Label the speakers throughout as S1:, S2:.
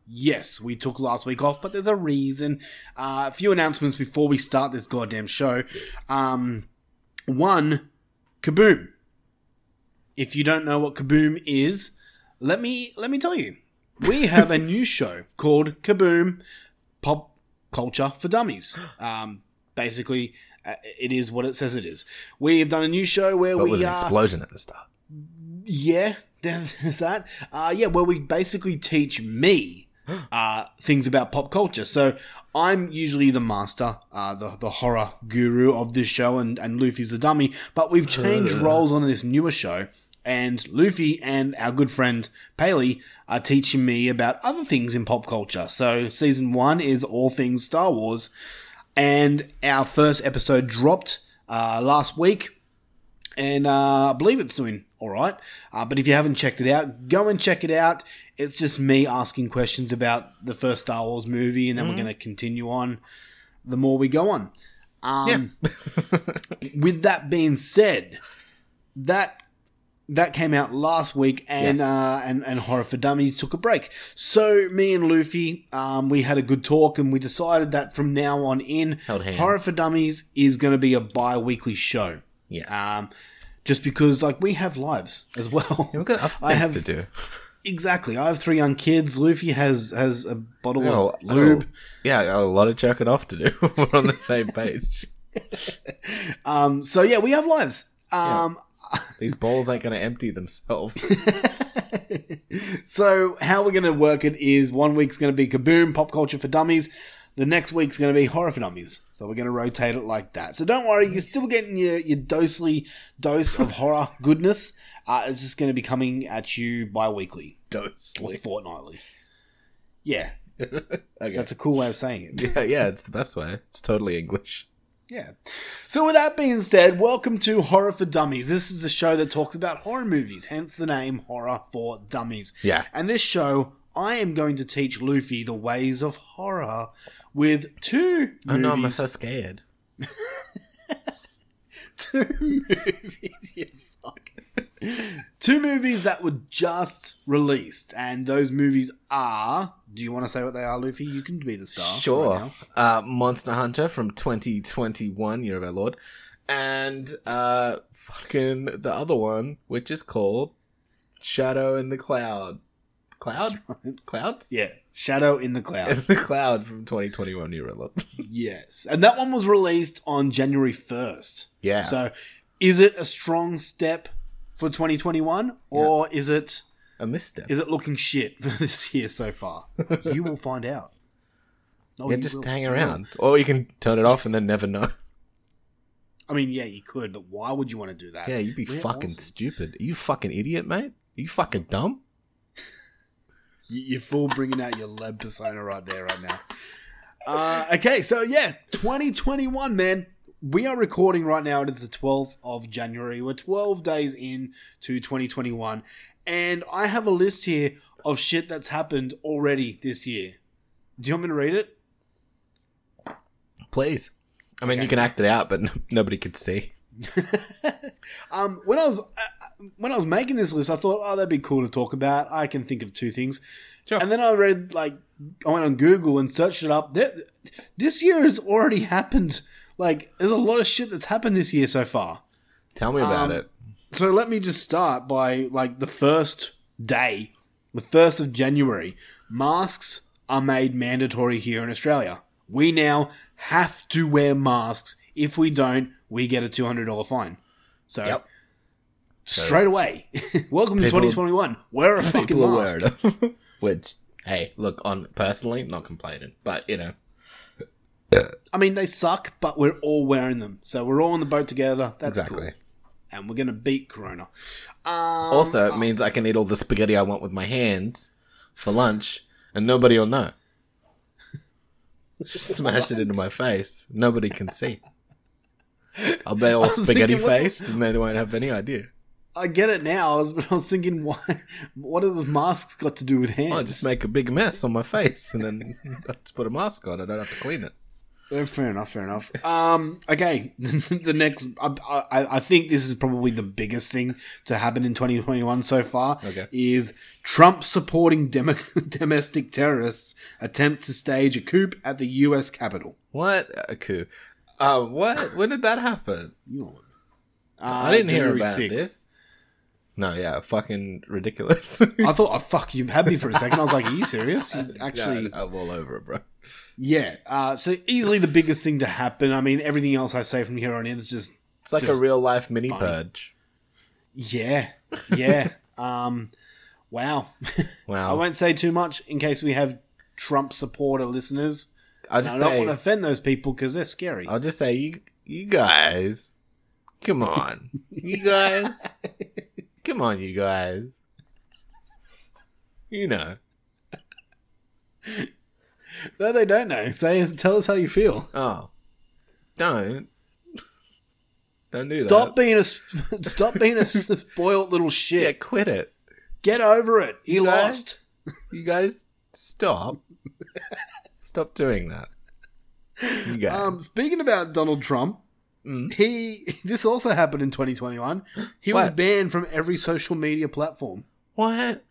S1: Yes, we took last week off, but there's a reason. Uh, a few announcements before we start this goddamn show. Um, one, Kaboom. If you don't know what Kaboom is, let me let me tell you. We have a new show called Kaboom Pop Culture for Dummies. Um, basically, uh, it is what it says it is. We have done a new show where
S2: But
S1: we
S2: with an
S1: are
S2: explosion at the start.
S1: yeah, there's that. Uh, yeah, well, we basically teach me uh, things about pop culture. So I'm usually the master, uh, the, the horror guru of this show, and, and Luffy's the dummy. But we've changed roles on this newer show. And Luffy and our good friend Paley are teaching me about other things in pop culture. So, season one is all things Star Wars. And our first episode dropped uh, last week and uh, I believe it's doing all right. Uh, but if you haven't checked it out, go and check it out. It's just me asking questions about the first Star Wars movie, and then
S2: Mm-hmm.
S1: we're going to continue on the more we go on. Um, with that being said, that that came out last week, and
S2: Yes.
S1: uh, and and Horror for Dummies took a break. So me and Luffy, um, we had a good talk, and we decided that from now on in,
S2: Held hands.
S1: Horror for Dummies is going to be a bi-weekly show.
S2: Yes.
S1: Um, just because, like, we have lives as well.
S2: We've got other things
S1: I have
S2: to do.
S1: exactly. I have three young kids. Luffy has has a bottle
S2: Oh,
S1: of lube.
S2: yeah, a lot of jerking off to do. We're on the same page.
S1: Um, so yeah, we have lives. Um,
S2: These balls ain't gonna empty themselves.
S1: so how we're going to work it is one week's going to be Kaboom Pop Culture for Dummies. The next week's going to be Horror for Dummies. So we're going to rotate it like that. So don't worry, you're still getting your your docely dose of horror goodness. Uh, it's just going to be coming at you bi-weekly or
S2: Dosely.
S1: fortnightly. Yeah,
S2: Okay.
S1: that's a cool way of saying it.
S2: yeah, yeah, it's the best way. It's totally English.
S1: Yeah. So, with that being said, welcome to Horror for Dummies. This is a show that talks about horror movies, hence the name Horror for Dummies.
S2: Yeah.
S1: And this show, I am going to teach Luffy the ways of horror with two
S2: Oh no, I'm
S1: movies.
S2: so scared.
S1: two movies, you fuck. two movies that were just released, and those movies are. Do you want to say what they are, Luffy? You can be the star. right
S2: Sure.
S1: now.
S2: uh, Monster Hunter from 2021, Year of Our Lord. And uh, fucking the other one, which is called Shadow in the Cloud. Cloud? Clouds?
S1: Yeah. Shadow in the
S2: In
S1: Cloud.
S2: the Cloud from 2021, Year of Our Lord.
S1: Yes. And that one was released on January 1st.
S2: Yeah.
S1: So is it a strong step for 2021 or is it
S2: A misstep.
S1: is it looking shit for this year so far? you will find out. Oh,
S2: yeah,
S1: you
S2: just
S1: will.
S2: hang
S1: You will.
S2: around, or you can turn it off and then never know.
S1: I mean, yeah, you could, but why would you want to do that?
S2: Yeah, you'd be
S1: We're
S2: fucking
S1: awesome.
S2: stupid. Are you fucking idiot, mate? Are you fucking dumb?
S1: You- You're full bringing out your lab persona right there, right now. Uh, okay, so yeah, 2021, man. We are recording right now. It is the 12th of January. We're 12 days in to 2021. And I have a list here of shit that's happened already this year. Do you want me to read it?
S2: Please. I mean, you
S1: Okay.
S2: can act it out, but no, nobody could see.
S1: Um, when I was uh, when I was making this list, I thought, oh, that'd be cool to talk about. I can think of two things,
S2: Sure.
S1: and then I read like I went on Google and searched it up. Th- This year has already happened. Like, there's a lot of shit that's happened this year so far.
S2: Tell me about
S1: Um,
S2: it.
S1: So let me just start by like the first day, the first of January. Masks are made mandatory here in Australia. We now have to wear masks. If we don't, we get a two hundred dollar fine. So
S2: Yep.
S1: straight away, welcome to
S2: People-
S1: twenty twenty one. Wear a fucking
S2: People are
S1: mask.
S2: worried. Which, hey, look, on personally, not complaining, but you know,
S1: I mean, they suck, but we're all wearing them, so we're all on the boat together. That's
S2: exactly.
S1: cool, and we're gonna beat Corona.
S2: also, it means I can eat all the spaghetti I want with my hands for lunch, and nobody will know. Just smash it into my face. Nobody can see. I'll be all
S1: was
S2: spaghetti
S1: thinking, what the-
S2: faced, and they won't have any idea.
S1: I get it now, I was- but I was thinking, why? What have the masks got to do with hands?
S2: I just make a big mess on my face, and then I just put a mask on. I don't have to clean it.
S1: Yeah, fair enough. Fair enough. Um, okay. the next, I, I, I think this is probably the biggest thing to happen in 2021 so far.
S2: Okay.
S1: Is Trump supporting demo- domestic terrorists attempt to stage a coup at the U.S. Capitol?
S2: What a coup! Uh, what? When did that happen?
S1: You know what
S2: I didn't hear
S1: January
S2: about
S1: 6th.
S2: this. No, yeah, fucking ridiculous.
S1: I thought, oh, fuck, you had me for a second. I was like, are you serious? You actually,
S2: Yeah, I'm all over it, bro.
S1: yeah. Uh, so easily the biggest thing to happen. I mean, everything else I say from here on in is just
S2: It's like a
S1: Just
S2: real life mini purge.
S1: Yeah, yeah. um, wow.
S2: Wow.
S1: I won't say too much in case we have Trump supporter listeners.
S2: I'll
S1: And
S2: just
S1: I don't
S2: say,
S1: want to offend those people because they're scary.
S2: I'll just say, you, you guys, come on, you guys, come on, you guys. You know.
S1: no, they don't know. Say, tell us how you feel.
S2: Oh, don't, don't do
S1: Stop
S2: that.
S1: being a sp- stop being a spoiled little shit.
S2: Yeah, quit it.
S1: Get over it. You,
S2: You guys?
S1: lost.
S2: You guys, stop. stop doing that. You guys.
S1: Um, speaking about Donald Trump,
S2: Mm.
S1: he this also happened in 2021. He was
S2: What?
S1: banned from every social media platform.
S2: what?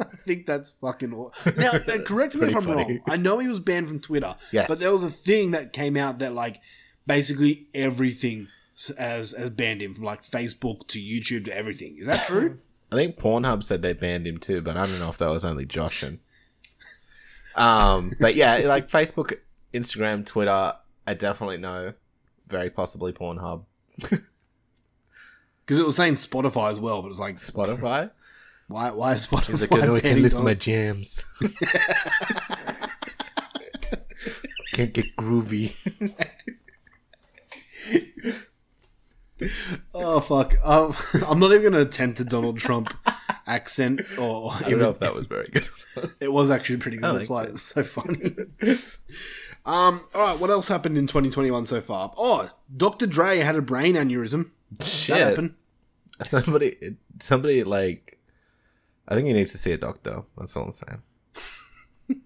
S1: I think that's fucking aw- now. now correct me if
S2: pretty
S1: I'm
S2: funny.
S1: wrong. I know he was banned from Twitter.
S2: Yes.
S1: but there was a thing that came out that like basically everything s- has has banned him from like Facebook to YouTube to everything. Is that true?
S2: I think Pornhub said they banned him too, but I don't know if that was only Joshin. Um, but yeah, like Facebook, Instagram, Twitter, I definitely know. Very possibly Pornhub,
S1: Because it was saying Spotify as well, but it's like
S2: Spotify.
S1: why why is Spotify?
S2: Is it good? We can
S1: banning
S2: listen to my
S1: Donald-
S2: jams. Can't get groovy.
S1: Oh fuck! Um, I'm not even gonna attempt a Donald Trump accent or
S2: I don't know if that was very good.
S1: It was actually pretty good.
S2: I
S1: That's
S2: think
S1: why
S2: so.
S1: it was so funny. um, all right, what else happened in 2021 so far? Oh, Dr. Dre had a brain aneurysm.
S2: Shit.
S1: That happened.
S2: Somebody, somebody like, I think he needs to see a doctor. That's all I'm saying.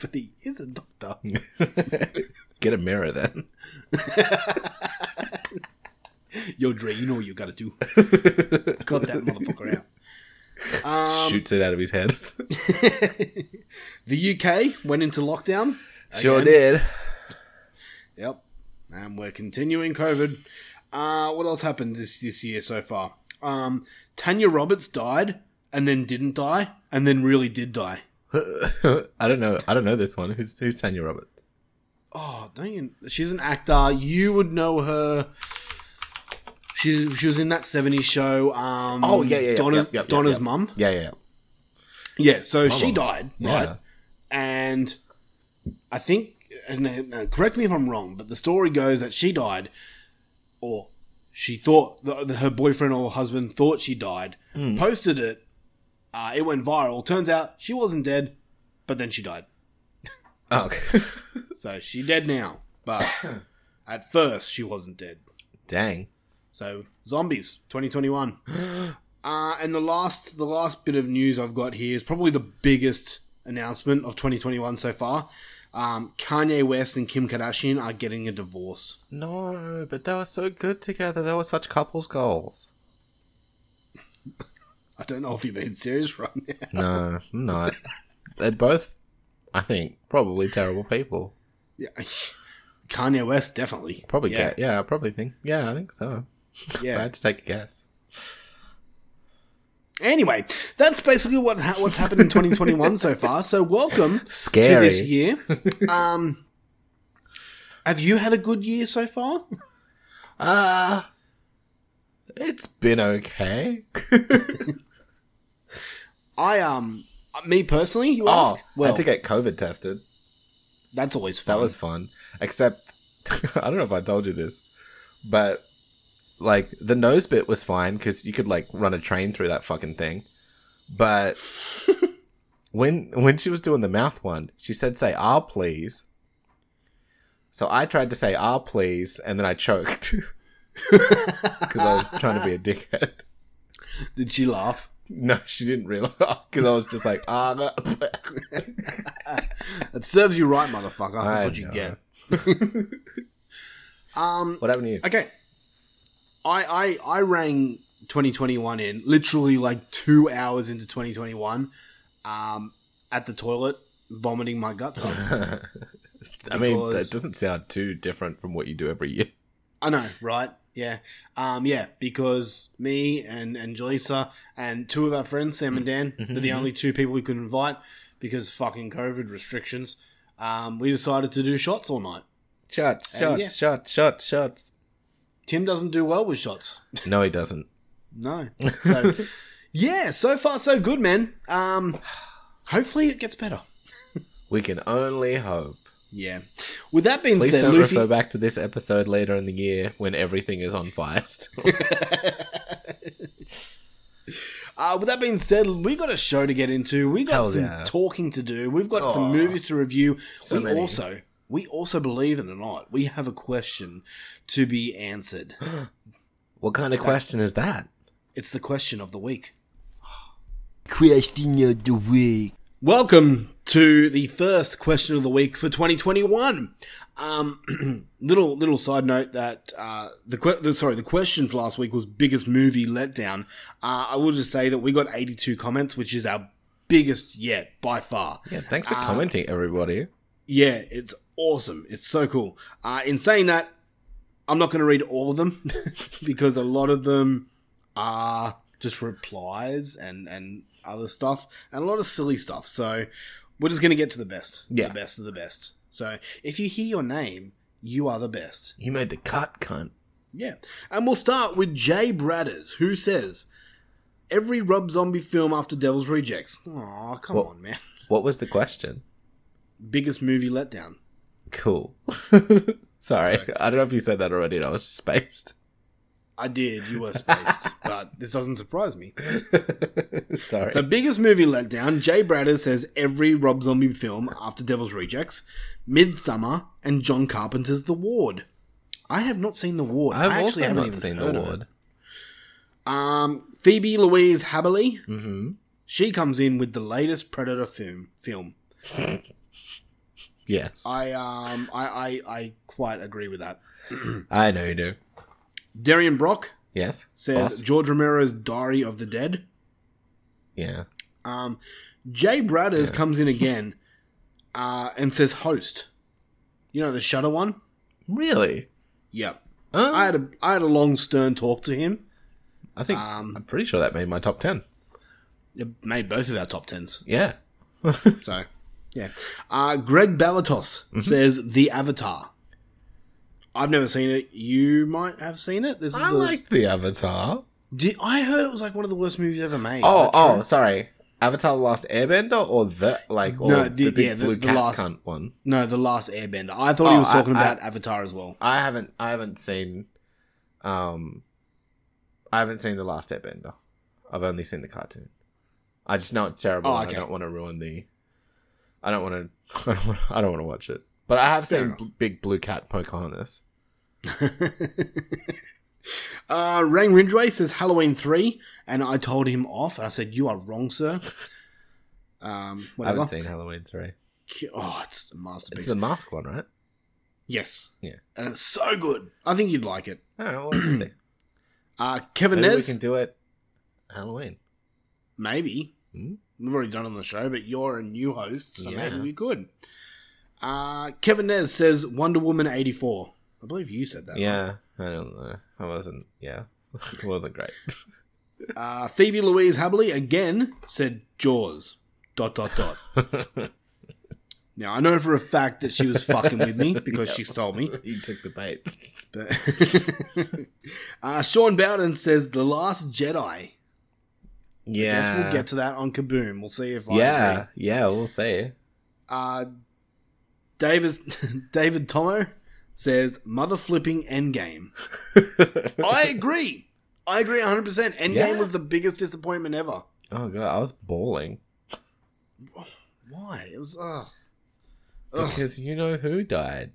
S1: But he is a doctor.
S2: Get a mirror then.
S1: Yo, Dre, you know what you gotta do. Cut that motherfucker out. Um,
S2: Shoots it out of his head.
S1: The UK went into lockdown.
S2: sure
S1: Again.
S2: did.
S1: Yep. And we're continuing COVID. Uh, what else happened this, this year so far? Um, Tanya Roberts died and then didn't die and then really did die.
S2: I don't know. I don't know this one. Who's who's Tanya Roberts?
S1: Oh, don't you? She's an actor. You would know her. She she was in that '70s show. Um, Donna's, Donna's mum.
S2: Yeah, yeah.
S1: Yeah, so she
S2: mum.
S1: died,
S2: Yeah.
S1: right? And I think, and uh, uh, correct me if I'm wrong, but the story goes that she died, or she thought the, the, her boyfriend or husband thought she died, posted it. Uh, it went viral. Turns out she wasn't dead, but then she died.
S2: Oh, okay.
S1: So she dead now, but at first she wasn't dead.
S2: dang.
S1: So zombies, 2021. Uh, and the last, the last bit of news I've got here is probably the biggest announcement of 2021 so far. Um, Kanye West and Kim Kardashian are getting a divorce.
S2: No, but they were so good together. They were such couples goals.
S1: I don't know if you're being serious right now.
S2: No, I'm not. They're both, I think, probably terrible people.
S1: Yeah. Kanye West definitely
S2: Probably
S1: yeah,
S2: yeah. yeah, I probably think. Yeah, I think so. I
S1: yeah.
S2: had to take a guess.
S1: Anyway, that's basically what ha- what's happened in 2021 so far. So welcome to
S2: Scary.
S1: this year. Um, have you had a good year so far?
S2: Uh it's been okay.
S1: I um, me personally, you
S2: oh,
S1: ask. Well,
S2: had to get COVID tested.
S1: that's always fun.
S2: That was fun. Except, I don't know if I told you this, but like the nose bit was fine because you could like run a train through that fucking thing. But when when she was doing the mouth one, she said, "Say ah, please." So I tried to say ah, please, and then I choked because I was trying to be a dickhead.
S1: Did she laugh?
S2: No, she didn't realize because I was just like ah.
S1: It serves you right, motherfucker. That's
S2: I
S1: what you
S2: know.
S1: get.
S2: What happened to you?
S1: Okay. I I I rang 2021 in literally like 2 hours into 2021 um at the toilet vomiting my guts out.
S2: I mean,
S1: Because-
S2: that doesn't sound too different from what you do every year.
S1: I know, right? Yeah. Um yeah, because me and Angelisa and two of our friends Sam and Dan,
S2: Mm-hmm.
S1: they're the only two people we could invite because fucking covid restrictions. Um, we decided to do shots all night.
S2: Shots,
S1: And yeah.
S2: shots, shots, shots.
S1: Tim doesn't do well with shots.
S2: No, he doesn't.
S1: No. So, yeah, so far so good, man. Um, hopefully it gets better.
S2: We can only hope.
S1: Yeah. With that being
S2: Please
S1: said,
S2: don't
S1: Luffy,
S2: refer back to this episode later in the year when everything is on fire. still.
S1: uh, with that being said, we got a show to get into. We got
S2: Hell
S1: some
S2: yeah.
S1: talking to do. We've got
S2: Aw,
S1: some movies to review.
S2: so
S1: we
S2: many.
S1: also, we also believe it or not, we have a question to be answered.
S2: what kind of question is that?
S1: It's the question of the week.
S3: Question of the week.
S1: Welcome to the first question of the week for 2021. Um, little little side note that uh, the, que- the sorry the question for last week was biggest movie letdown. Uh, I will just say that we got 82 comments, which is our biggest yet by far.
S2: Yeah, thanks for commenting, everybody.
S1: Yeah, it's awesome. It's so cool. Uh, in saying that, I'm not going to read all of them because a lot of them are just replies and and other stuff and a lot of silly stuff. So we're just going to get to the best.
S2: Yeah.
S1: the best of the best. So if you hear your name, you are the best.
S2: You made the cut, cunt.
S1: Yeah, and we'll start with Jay Bradders, who says every Rob Zombie film after Devil's Rejects. Aw, come
S2: Well-
S1: on, man.
S2: What was the question?
S1: Biggest movie letdown.
S2: Cool. Sorry, I don't know if you said that already. And I was just spaced.
S1: I did. You were spaced, but this doesn't surprise me.
S2: Sorry.
S1: So, biggest movie letdown. Jay Bradders says every Rob Zombie film after Devil's Rejects, Midsummer, and John Carpenter's The Ward. I have not seen The Ward. I
S2: I've
S1: actually
S2: also
S1: haven't
S2: not
S1: even
S2: seen the
S1: heard of it.
S2: word.
S1: Um, Phoebe Louise Haberly.
S2: Mm-hmm.
S1: She comes in with the latest Predator film. Film.
S2: Yes,
S1: I
S2: I,
S1: um, I I, I quite agree with that.
S2: know you do.
S1: Darian Brock
S2: Yes,
S1: says
S2: Boss?
S1: George Romero's Diary of the Dead.
S2: yeah.
S1: Um, Jay Bradders comes in again uh, and says host. You know the Shutter one.
S2: Really?
S1: Yep.
S2: Um,
S1: I had a I had a long stern talk to him.
S2: I think
S1: Um,
S2: I'm pretty sure that made my top ten.
S1: It made both of our top tens.
S2: Yeah.
S1: So yeah. Uh, Greg Balatos
S2: Mm-hmm.
S1: says The Avatar. I've never seen it. You might have seen it. This is
S2: I
S1: the,
S2: like the Avatar.
S1: Did, I heard it was like one of the worst movies ever made. Is
S2: Oh,
S1: that true?
S2: oh, sorry. Avatar: The Last Airbender or the like or
S1: No,
S2: the,
S1: the-
S2: big
S1: yeah, the-
S2: blue
S1: the
S2: cat
S1: last-
S2: cunt one?
S1: No, the last Airbender. I thought
S2: Oh,
S1: he was
S2: I-
S1: talking
S2: I-
S1: about Avatar as well.
S2: I haven't I haven't seen um I haven't seen The Last Airbender. I've only seen the cartoon. I just know it's terrible.
S1: Oh,
S2: and
S1: okay.
S2: I don't want to ruin the I don't want to I don't want to watch it. But I have
S1: Fair
S2: seen
S1: enough.
S2: B- Big Blue Cat Pocahontas.
S1: uh, Rang Ridgeway says Halloween 3, and I told him off, and I said, You are wrong, sir. Um, whatever.
S2: I haven't seen Halloween 3.
S1: Ki- Oh, it's a masterpiece.
S2: It's the mask one, right?
S1: yes.
S2: Yeah.
S1: And it's so good. I think you'd like it.
S2: All right, well, let's see.
S1: Uh, Kevin
S2: Maybe we
S1: Nez,
S2: can do it Halloween.
S1: maybe.
S2: Hmm?
S1: We've already done it on the show, but you're a new host, so
S2: Yeah.
S1: maybe we could. Uh, Kevin Nez says Wonder Woman 84. I believe you said that. right?
S2: Yeah, I don't know. I wasn't. Yeah, it wasn't great.
S1: Uh, Phoebe Louise Habley again said Jaws. Dot dot dot. now I know for a fact that she was fucking with me because she told me.
S2: you took the bait.
S1: But uh, Sean Bowden says The Last Jedi.
S2: Yeah,
S1: Guess we'll get to that on Kaboom. We'll see if I
S2: yeah,
S1: agree.
S2: yeah. We'll see.
S1: Uh, David David Tomo says mother flipping Endgame. I agree. I agree 100%. Endgame
S2: Yeah.
S1: was the biggest disappointment ever.
S2: oh god, I was bawling
S1: Why? It was uh, Ugh.
S2: because you know who died.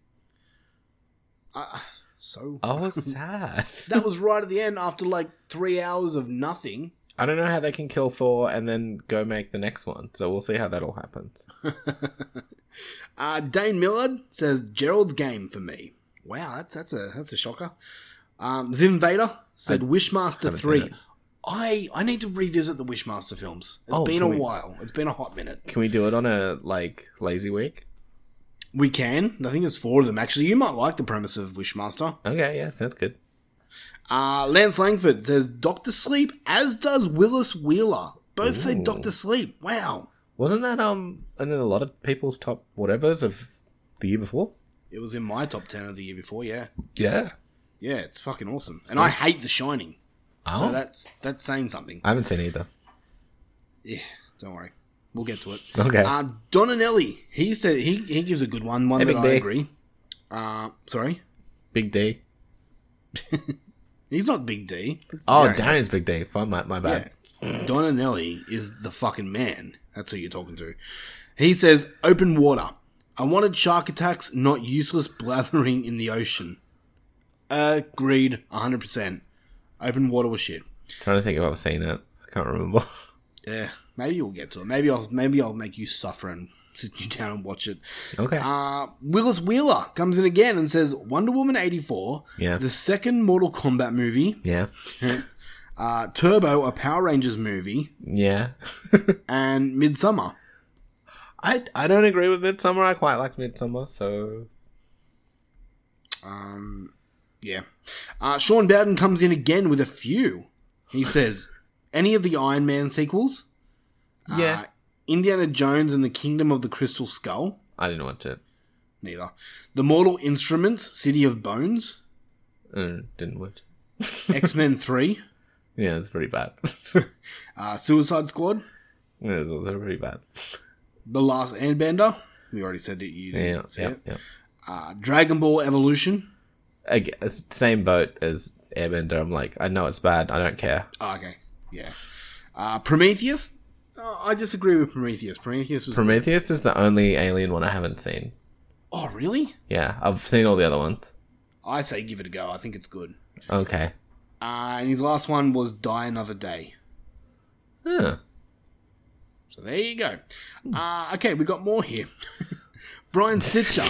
S1: I, so
S2: I was sad.
S1: that was right at the end after like three hours of nothing.
S2: I don't know how they can kill Thor and then go make the next one. So we'll see how that all happens.
S1: Uh, Dane Millard says Gerald's game for me. Wow, that's that's a that's a shocker. Um, Zim Vader said Wishmaster
S2: haven't seen
S1: three.
S2: it.
S1: I I need to revisit the Wishmaster films. It's
S2: Oh,
S1: been a
S2: can we-
S1: while. It's been a hot minute.
S2: Can we do it on a like lazy week?
S1: We can. I think there's four of them actually. You might like the premise of Wishmaster.
S2: Okay, yeah, sounds good.
S1: Uh, Lance Langford says Doctor Sleep, as does Willis Wheeler. Both say
S2: Ooh.
S1: Doctor Sleep. Wow,
S2: Wasn't that um in a lot of people's top whatevers of the year before?
S1: it was in my top ten of the year before. Yeah,
S2: Yeah.
S1: yeah, it's fucking awesome. And I hate The Shining,
S2: Oh,
S1: so that's that's saying something.
S2: I haven't seen either.
S1: Yeah, don't worry. We'll get to it.
S2: Okay.
S1: Uh, Donanelli, he said he, he gives a good one, one
S2: Hey,
S1: that
S2: Big
S1: I
S2: D.
S1: agree. Uh, sorry,
S2: Big D.
S1: he's not Big D. That's
S2: Oh,
S1: Darren.
S2: Darren's Big D. Fine, my, my
S1: Yeah.
S2: bad.
S1: Donanelli is the fucking man. That's who you're talking to. He says, "Open water. I wanted shark attacks, not useless blathering in the ocean." Agreed, 100. percent Open water was shit.
S2: Trying to think if I've seen it. I can't remember.
S1: Yeah, Eh, maybe you'll get to it. Maybe I'll maybe I'll make you suffer and sit you down and watch it.
S2: okay.
S1: Uh, Willis Wheeler comes in again and says Wonder Woman 84,
S2: Yeah.
S1: the second Mortal Kombat movie,
S2: yeah.
S1: uh, Turbo, a Power Rangers movie,
S2: Yeah.
S1: and Midsummer.
S2: I I don't agree with Midsummer. I quite like Midsummer, so
S1: Um, yeah. Uh, Sean Bowden comes in again with a few. He says, any of the Iron Man sequels?
S2: yeah.
S1: Uh, Indiana Jones and the Kingdom of the Crystal Skull?
S2: I didn't watch it.
S1: Neither. The Mortal Instruments, City of Bones,
S2: Mm, didn't watch. it.
S1: X Men 3,
S2: Yeah, it's pretty bad.
S1: uh, Suicide Squad,
S2: Yeah, it's also pretty bad.
S1: The Last Airbender. We already said that you didn't
S2: Yeah,
S1: see
S2: yeah,
S1: it.
S2: yeah.
S1: Uh, Dragon Ball Evolution.
S2: I guess, same boat as Airbender. I'm like, I know it's bad. I don't care.
S1: Oh, okay, yeah. Uh, Prometheus. Uh, I disagree with Prometheus. Prometheus was.
S2: Prometheus is the only alien one I haven't seen.
S1: oh, really?
S2: Yeah, I've seen all the other ones.
S1: I say give it a go. I think it's good.
S2: Okay.
S1: Uh, and his last one was Die Another Day.
S2: Huh.
S1: So there you go.
S2: Hmm.
S1: Uh, okay, we got more here. Brian Sitcher.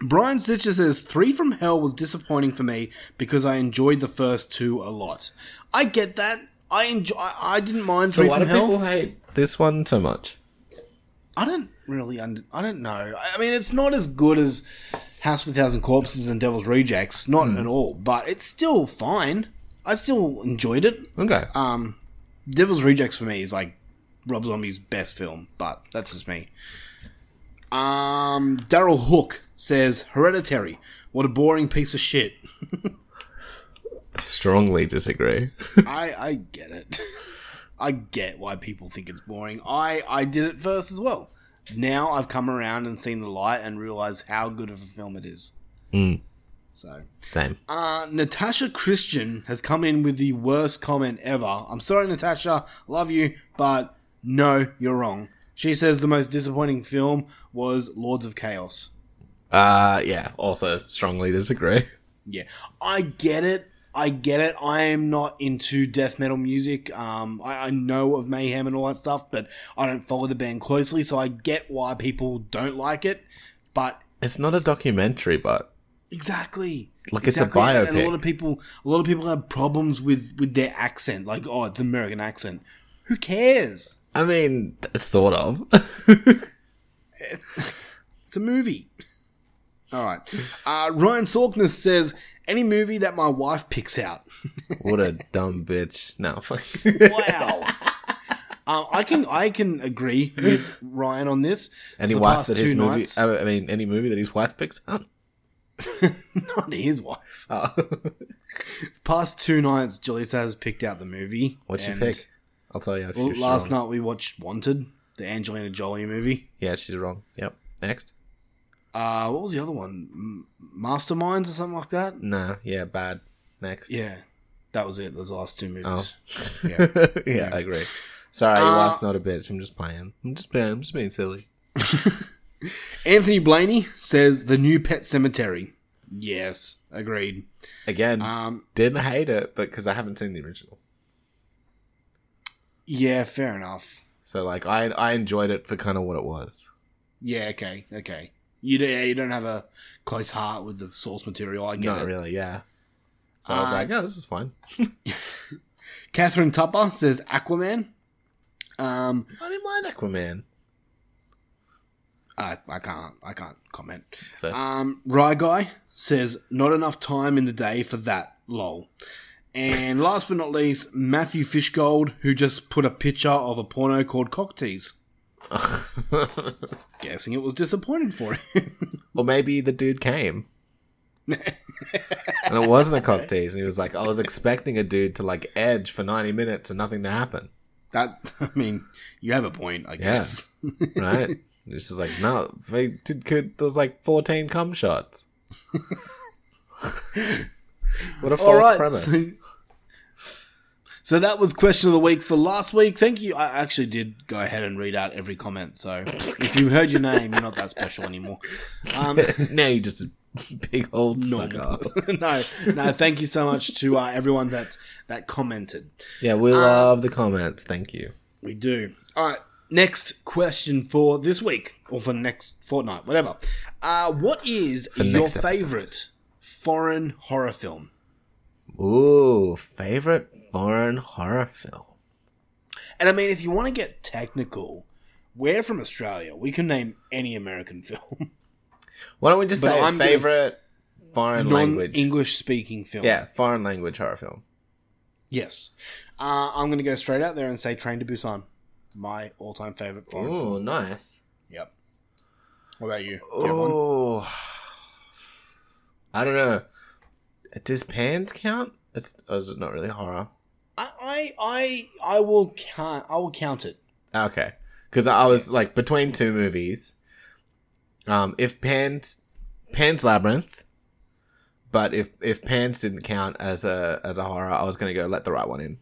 S1: Brian Sitcher says Three from Hell was disappointing for me because I enjoyed the first two a lot. I get that. I enjoy. I I didn't mind
S2: So
S1: Three
S2: why
S1: from
S2: do
S1: Hell.
S2: people hate this one so much?
S1: I don't really under, I don't know. I I mean, it's not as good as House of a Thousand Corpses and Devil's Rejects, not at all. But it's still fine. I still enjoyed it.
S2: Okay.
S1: Um, Devil's Rejects for me is like Rob Zombie's best film, but that's just me. Um, Daryl Hook says Hereditary. What a boring piece of shit.
S2: Strongly disagree.
S1: I I get it. I get why people think it's boring. I, I did it first as well. Now I've come around and seen the light and realized how good of a film it is. So,
S2: Same.
S1: uh, Natasha Christian has come in with the worst comment ever. I'm sorry, Natasha. Love you, but no, you're wrong. She says the most disappointing film was Lords of Chaos.
S2: Uh, yeah. Also, strongly disagree.
S1: Yeah, I get it. I get it. I am not into death metal music. Um, I, I know of Mayhem and all that stuff, but I don't follow the band closely, so I get why people don't like it. But
S2: It's not a documentary, but
S1: exactly,
S2: Like, it's a
S1: Exactly, and- And a
S2: biopic.
S1: lot of people, a lot of people have problems with with their accent. Like, oh, it's American accent. Who cares?
S2: I mean, sort of.
S1: It's a movie. All right. Uh, Ryan Sorkness says any movie that my wife picks out.
S2: what a dumb bitch. No.
S1: Wow. um, I can I can agree with Ryan on this.
S2: any
S1: For the
S2: wife
S1: past
S2: that his
S1: two
S2: movie. uh,
S1: nights-
S2: I mean, any movie that his wife picks up.
S1: not his wife.
S2: Oh.
S1: Past two nights, Julissa has picked out the movie.
S2: What'd she
S1: and-
S2: pick? I'll tell you. if
S1: Well,
S2: she's
S1: last
S2: wrong.
S1: night we watched Wanted, the Angelina Jolie movie.
S2: Yeah, she's wrong. Yep. Next.
S1: Uh, what was the other one? M- Masterminds or something like that.
S2: No. Yeah. Bad. Next.
S1: Yeah, that was it. Those last two movies.
S2: Yeah. I agree. Sorry, your
S1: Uh,
S2: wife's not a bitch. I'm just playing. I'm just playing. I'm just being silly.
S1: Anthony Blaney says the new Pet Cemetery. Yes, agreed.
S2: Again,
S1: Um,
S2: didn't hate it, but because I haven't seen the original,
S1: yeah, fair enough.
S2: so like I I enjoyed it for kind of what it was.
S1: Yeah, okay, okay. You don't, yeah, you don't have a close heart with the source material. I get
S2: Not
S1: it.
S2: really. Yeah. So I was
S1: Uh,
S2: like, oh, this is fine.
S1: Catherine Tupper says Aquaman. Um,
S2: I didn't mind Aquaman.
S1: I, I can't, I can't comment.
S2: It's fair.
S1: Um, Rye Guy says not enough time in the day for that. Lol. And last but not least, Matthew Fishgold, who just put a picture of a porno called Cocktease. Guessing it was disappointed for him.
S2: or maybe the dude came. and it wasn't a cock tease, and he was like, I was expecting a dude to like edge for ninety minutes and nothing to happen.
S1: that, I mean, you have a point, I
S2: Yeah.
S1: guess.
S2: Right? And it's just like, no, they dude could there was like fourteen cum shots. what a false premise.
S1: So, so that was question of the week for last week. Thank you. I actually did go ahead and read out every comment. So if you heard your name, you're not that special anymore. Um,
S2: now you just a big old
S1: no,
S2: sucker.
S1: no, no. Thank you so much to uh, everyone that that commented.
S2: Yeah,
S1: Uh,
S2: we love the comments. Thank you.
S1: We do. All right. Next question for this week or for next fortnight, whatever. Uh, what is your
S2: next episode.
S1: favorite foreign horror film?
S2: Ooh, favorite foreign horror film.
S1: And I mean, if you want to get technical, we're from Australia. We can name any American film,
S2: Why don't we just
S1: But
S2: say
S1: I'm gonna-
S2: favorite foreign language?
S1: non-English speaking film.
S2: Yeah, foreign language horror film.
S1: Yes. Uh, I'm going to go straight out there and say Train to Busan, my all-time favorite foreign film.
S2: Ooh, nice.
S1: Yep. What about you? Do you have one?
S2: Oh, I don't know. Does Pans count? It's oh, is it not really horror?
S1: I, I, I, I will count. I will count it.
S2: Okay, because I was like between two movies. Um, if Pans, Pans Labyrinth, but if if Pans didn't count as a as a horror, I was gonna go Let the Right One In.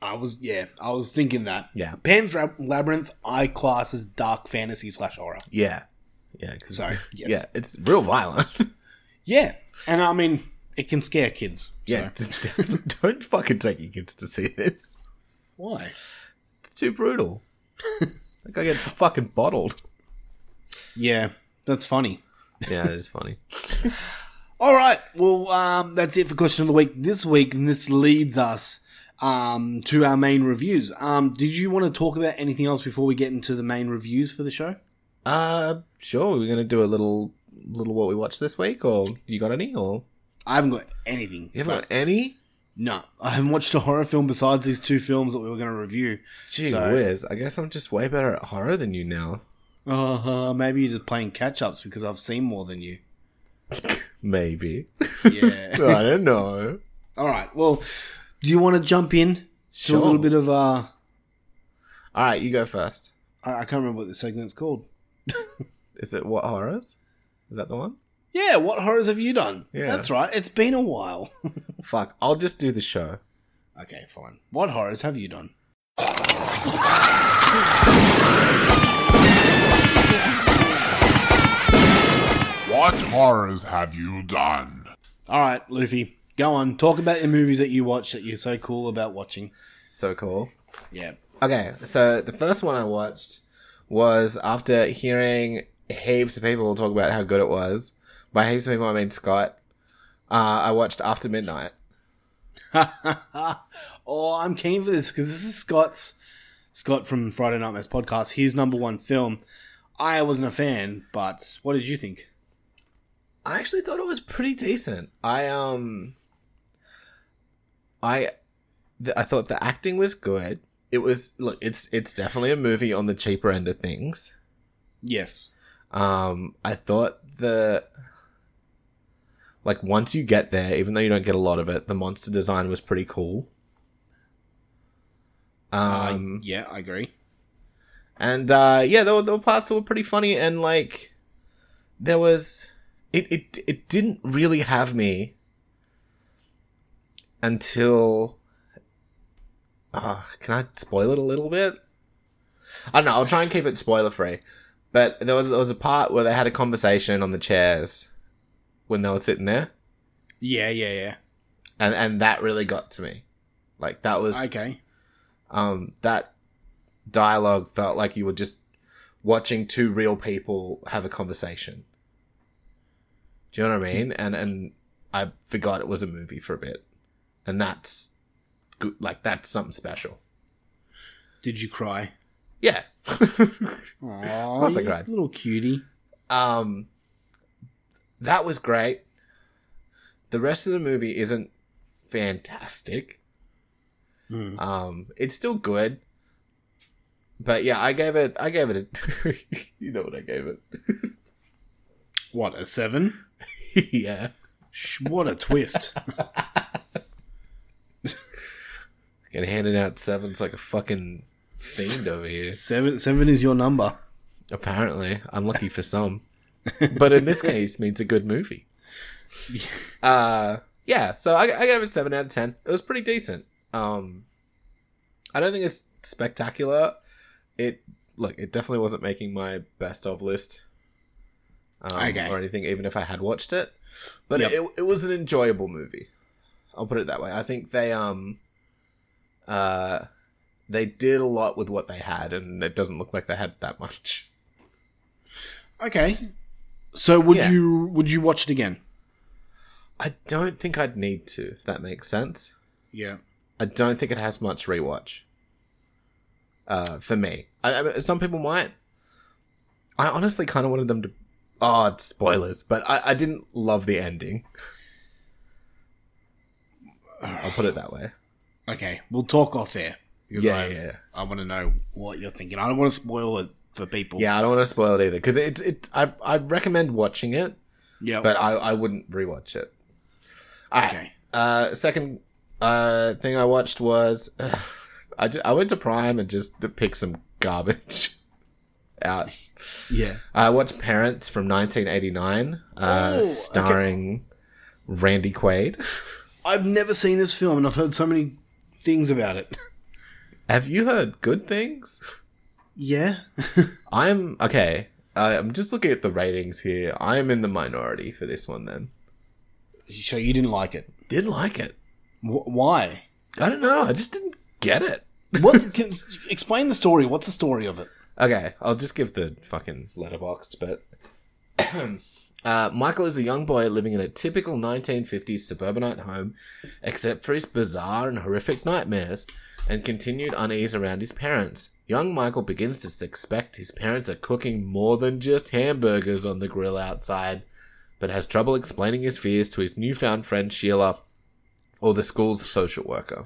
S1: I was, yeah, I was thinking that.
S2: Yeah.
S1: Pan's Rab- Labyrinth, I class as dark fantasy slash horror.
S2: Yeah, yeah. 'cause-
S1: So, yes.
S2: yeah, it's real violent.
S1: Yeah, and I mean, it can scare kids.
S2: yeah,
S1: so-
S2: just- don't fucking take your kids to see this.
S1: Why?
S2: It's too brutal. that guy gets fucking bottled.
S1: Yeah, that's funny.
S2: Yeah, it's funny.
S1: All right. Well, um, that's it for question of the week this week, and this leads us um, to our main reviews. Um, did you want to talk about anything else before we get into the main reviews for the show?
S2: Uh, sure. We're gonna do a little, little what we watched this week, or you got any? Or
S1: I haven't got anything.
S2: you haven't got any?
S1: No, I haven't watched a horror film besides these two films that we were going to review.
S2: Gee
S1: So-
S2: whiz! I guess I'm just way better at horror than you now.
S1: Uh, maybe you're just playing catch ups because I've seen more than you.
S2: Maybe
S1: Yeah.
S2: I don't know.
S1: All right. Well, do you want to jump in to
S2: Sure.
S1: a little bit of uh,
S2: All right, you go first.
S1: I, I can't remember what the segment's called.
S2: Is it what horrors? Is that the one?
S1: Yeah, what horrors have you done?
S2: Yeah.
S1: That's right. It's been a while.
S2: Fuck, I'll just do the show.
S1: okay, fine. What horrors have you done?
S4: What horrors have you done?
S1: All right, Luffy, go on. Talk about the movies that you watch that you're so cool about watching.
S2: So cool.
S1: Yeah.
S2: Okay, so the first one I watched was after hearing heaps of people talk about how good it was. By heaps of people, I mean Scott. Uh, I watched After Midnight.
S1: oh, I'm keen for this because this is Scott's Scott from Friday Night Mass podcast. His number one film. I wasn't a fan, but what did you think?
S2: I actually thought it was pretty decent. I um, I, th- I thought the acting was good. It was look, it's it's definitely a movie on the cheaper end of things.
S1: Yes.
S2: Um, I thought the like once you get there, even though you don't get a lot of it, the monster design was pretty cool. Um,
S1: I, yeah, I agree.
S2: and uh, yeah, there were, there were parts that were pretty funny, and like there was it it it didn't really have me until. Uh, can I spoil it a little bit? I don't know. I'll try and keep it spoiler free. But there was there was a part where they had a conversation on the chairs when they were sitting there,
S1: Yeah, yeah, yeah.
S2: and and that really got to me. Like that was
S1: Okay.
S2: um, that dialogue felt like you were just watching two real people have a conversation. Do you know what I mean? And and I forgot it was a movie for a bit, and that's good. Like that's something special.
S1: Did you cry?
S2: Yeah.
S1: Aww,
S2: course I cried.
S1: Little cutie.
S2: um, that was great. The rest of the movie isn't fantastic.
S1: Hmm.
S2: Um, it's still good. But yeah, I gave it. I gave it a. you know what I gave it.
S1: What a seven!
S2: yeah.
S1: Sh- What a twist!
S2: And handing out sevens like a fucking fiend over here.
S1: seven, seven is your number.
S2: Apparently, unlucky for some, but in this case, means a good movie. Uh, yeah. So I, I gave it seven out of ten. It was pretty decent. Um, I don't think it's spectacular. It look, it definitely wasn't making my best of list. Um,
S1: Okay.
S2: Or anything, even if I had watched it, but
S1: Yep.
S2: it, it was an enjoyable movie. I'll put it that way. I think they um, uh, they did a lot with what they had, and it doesn't look like they had that much.
S1: Okay. So would
S2: Yeah.
S1: you would you watch it again?
S2: I don't think I'd need to, if that makes sense.
S1: Yeah.
S2: I don't think it has much rewatch. Uh, for me, I, I mean, some people might. I honestly kind of wanted them to. Oh, it's spoilers! But I, I didn't love the ending. I'll put it that way.
S1: Okay, we'll talk off air because
S2: Yeah,
S1: I
S2: yeah, yeah.
S1: I want to know what you're thinking. I don't want to spoil it for people.
S2: Yeah, I don't want to spoil it either because it's it. I I recommend watching it,
S1: yeah.
S2: but I I wouldn't rewatch it.
S1: okay.
S2: Uh, second uh, thing I watched was I, ju- I went to Prime and just to pick some garbage out.
S1: Yeah.
S2: I watched Parents from 1989, uh,
S1: Oh, okay.
S2: starring Randy Quaid.
S1: I've never seen this film, and I've heard so many things about it.
S2: Have you heard good things?
S1: Yeah.
S2: I'm okay. Uh, I'm just looking at the ratings here. I'm in the minority for this one. Then
S1: so you didn't like it?
S2: didn't like it.
S1: Wh- why?
S2: I don't know. I just didn't get it.
S1: What's can, explain the story? What's the story of it?
S2: Okay, I'll just give the fucking letterboxed bit. uh, Michael is a young boy living in a typical 1950s suburbanite home, except for his bizarre and horrific nightmares and continued unease around his parents. Young Michael begins to suspect his parents are cooking more than just hamburgers on the grill outside, but has trouble explaining his fears to his newfound friend Sheila or the school's social worker.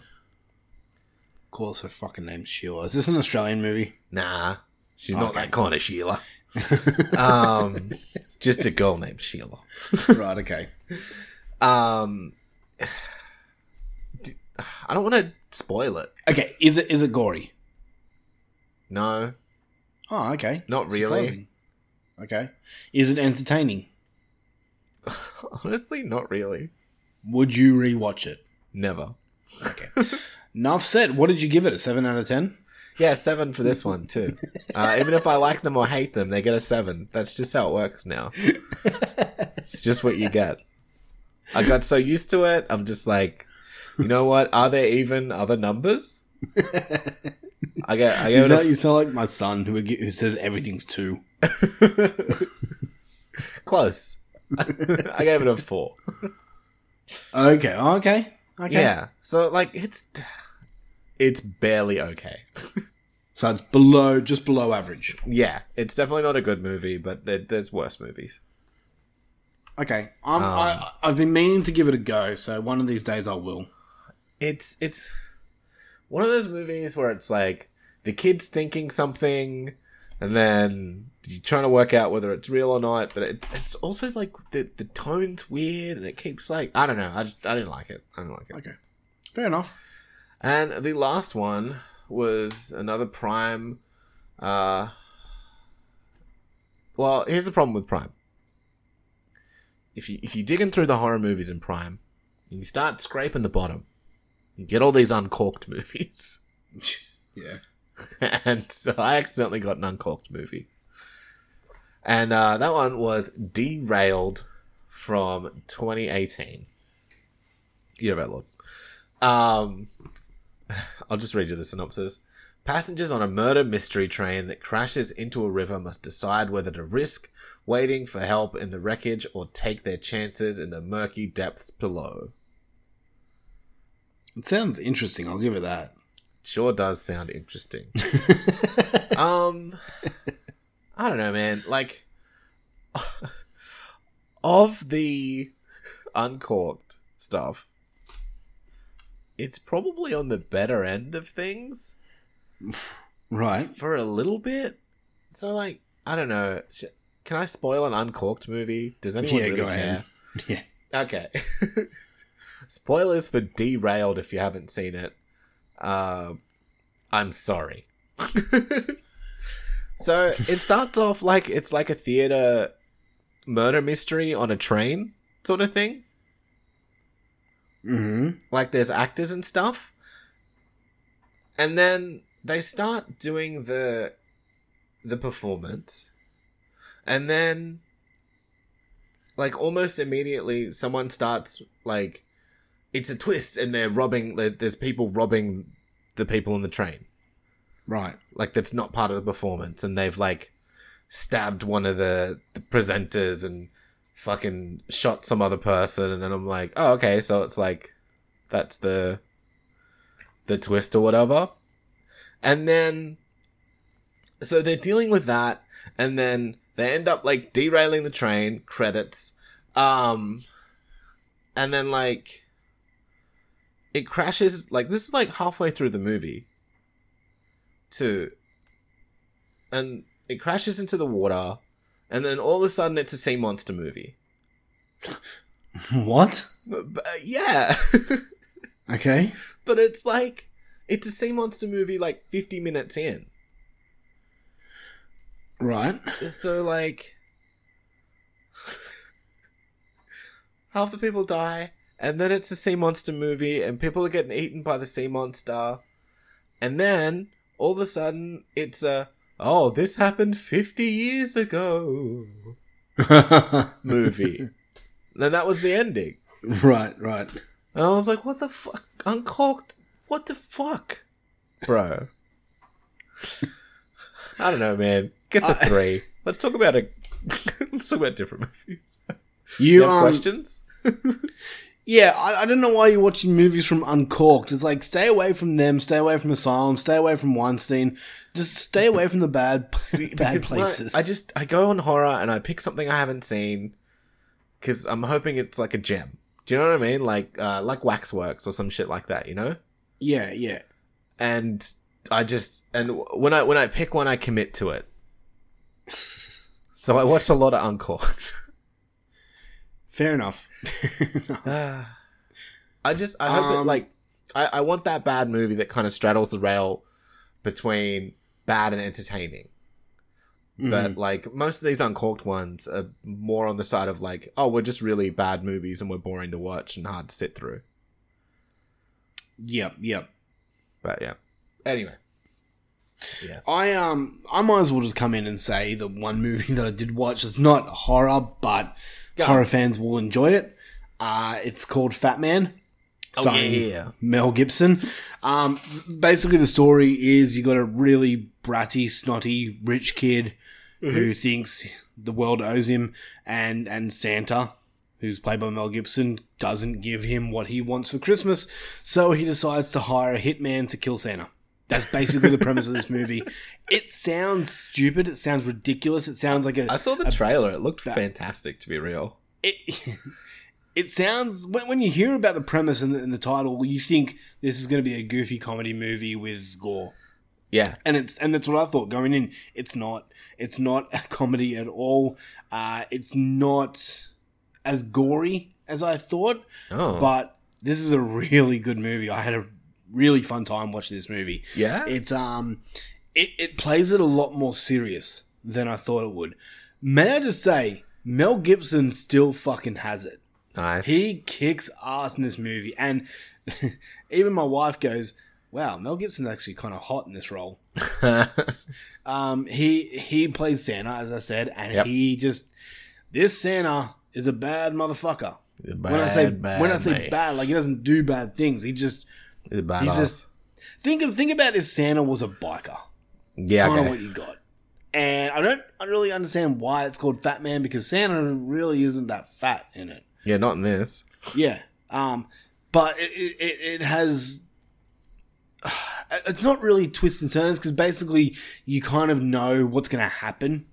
S1: Of course, her fucking name's Sheila. Is this an Australian movie?
S2: Nah, she's not
S1: Okay.
S2: that kind of Sheila. um, just a girl named Sheila.
S1: right. Okay.
S2: Um, d- I don't want to spoil it.
S1: Okay. Is it is it gory?
S2: No,
S1: Oh, okay.
S2: Not really.
S1: Surprising. Okay. Is it entertaining?
S2: honestly, not really.
S1: Would you rewatch it?
S2: Never.
S1: Enough said. What did you give it? A seven out of ten?
S2: Yeah, seven for this one too. Uh, even if I like them or hate them, they get a seven. That's just how it works now. it's just what you get. I got so used to it. I'm just like, you know what? Are there even other numbers? I get. I
S1: You
S2: get.
S1: sound,
S2: it
S1: you sound like my son who ag- who says everything's two.
S2: close. I gave it a four.
S1: Okay. Okay. Okay.
S2: Yeah. So like it's it's barely okay.
S1: So it's below, just below average.
S2: Yeah, it's definitely not a good movie, but there, there's worse movies.
S1: Okay. I'm, I, I've been meaning to give it a go, so one of these days I will.
S2: It's it's one of those movies where it's like the kid's thinking something and then you're trying to work out whether it's real or not, but it, it's also like the the tone's weird and it keeps like I don't know, I just I didn't like it. I didn't like it.
S1: Okay. Fair enough.
S2: And the last one was another Prime. Uh, well, here's the problem with Prime. If you if you digging through the horror movies in Prime, and you start scraping the bottom, you get all these uncorked movies.
S1: Yeah.
S2: and so I accidentally got an uncorked movie, and uh, that one was derailed from 2018. Year of our Lord. Um, I'll just read you the synopsis. Passengers on a murder mystery train that crashes into a river must decide whether to risk waiting for help in the wreckage or take their chances in the murky depths below.
S1: It sounds interesting. I'll give it that.
S2: Sure does sound interesting. um, I don't know, man. Like, of the uncorked stuff, it's probably on the better end of things.
S1: Right.
S2: for a little bit. So like, I don't know. Sh- Can I spoil an uncorked movie? Does anyone
S1: Yeah,
S2: really
S1: go
S2: care?
S1: ahead. Yeah.
S2: Okay. Spoilers for Derailed if you haven't seen it. Uh, I'm sorry. so it starts off like it's like a theater murder mystery on a train sort of thing.
S1: Mm-hmm.
S2: like there's actors and stuff and then they start doing the the performance and then like almost immediately someone starts like it's a twist and they're robbing there- there's people robbing the people on the train
S1: Right.
S2: like that's not part of the performance and they've like stabbed one of the, the presenters and fucking shot some other person and then i'm like oh okay so it's like that's the the twist or whatever and then so they're dealing with that and then they end up like derailing the train credits um and then like it crashes like this is like halfway through the movie too. And it crashes into the water, and then all of a sudden it's a sea monster movie.
S1: What?
S2: But, but, uh, yeah.
S1: Okay.
S2: but it's like, it's a sea monster movie like 50 minutes in.
S1: Right.
S2: So, like, half the people die, and then it's a sea monster movie, and people are getting eaten by the sea monster. And then, all of a sudden, it's a, oh, this happened 50 years ago. movie. then that was the ending.
S1: right. Right.
S2: And I was like, what the fuck? Uncorked? What the fuck? Bro. I don't know, man. Gets a three. Let's talk about a let's talk about different movies.
S1: You,
S2: You have
S1: um,
S2: questions?
S1: Yeah, I, I don't know why you're watching movies from Uncorked. It's like stay away from them, stay away from Asylum, stay away from Weinstein. Just stay away from the bad, bad
S2: Because my-
S1: places.
S2: I just I go on horror and I pick something I haven't seen because I'm hoping it's like a gem. Do you know what I mean? Like uh, like Waxworks or some shit like that. You know?
S1: yeah, yeah.
S2: and I just and w- when I when I pick one, I commit to it. So I watch a lot of Uncorked.
S1: Fair enough.
S2: I just I hope that
S1: Um,
S2: like I, I want that bad movie that kind of straddles the rail between bad and entertaining.
S1: Mm-hmm.
S2: But like most of these uncorked ones are more on the side of like, oh, we're just really bad movies and we're boring to watch and hard to sit through.
S1: Yep, yep.
S2: But yeah. Anyway. Yeah.
S1: I um I might as well just come in and say the one movie that I did watch is not horror, but
S2: Go.
S1: horror fans will enjoy it. Uh it's called Fat Man. starring
S2: Oh, yeah, yeah.
S1: Mel Gibson. Um s- basically the story is you got a really bratty, snotty rich kid
S2: Mm-hmm.
S1: who thinks the world owes him and and Santa who's played by Mel Gibson doesn't give him what he wants for Christmas, so he decides to hire a hitman to kill Santa. That's basically the premise of this movie. It sounds stupid. It sounds ridiculous. It sounds like a.
S2: I saw the trailer. It looked fantastic to be real.
S1: It, it sounds when, when you hear about the premise and the, and the title, you think this is going to be a goofy comedy movie with gore,
S2: Yeah.
S1: and it's and that's what I thought going in. It's not. It's not a comedy at all. Uh, it's not as gory as I thought.
S2: Oh.
S1: But this is a really good movie. I had a really fun time watching this movie.
S2: Yeah?
S1: It's um it, it plays it a lot more serious than I thought it would. May I just say, Mel Gibson still fucking has it.
S2: nice.
S1: He kicks ass in this movie and even my wife goes, Wow, Mel Gibson's actually kinda hot in this role. Um, he he plays Santa, as I said, and
S2: Yep.
S1: he just this Santa is a bad motherfucker. when I say
S2: Bad, bad
S1: when I say
S2: mate.
S1: bad, like he doesn't do bad things. He just
S2: He's a badass.
S1: he's just think of think about if Santa was a biker,
S2: yeah.
S1: kind of
S2: okay.
S1: what you got. And I don't I really understand why it's called Fat Man because Santa really isn't that fat in it.
S2: Yeah, not in this.
S1: Yeah. Um, but it, it- it, it has. It's not really twists and turns because basically you kind of know what's going to happen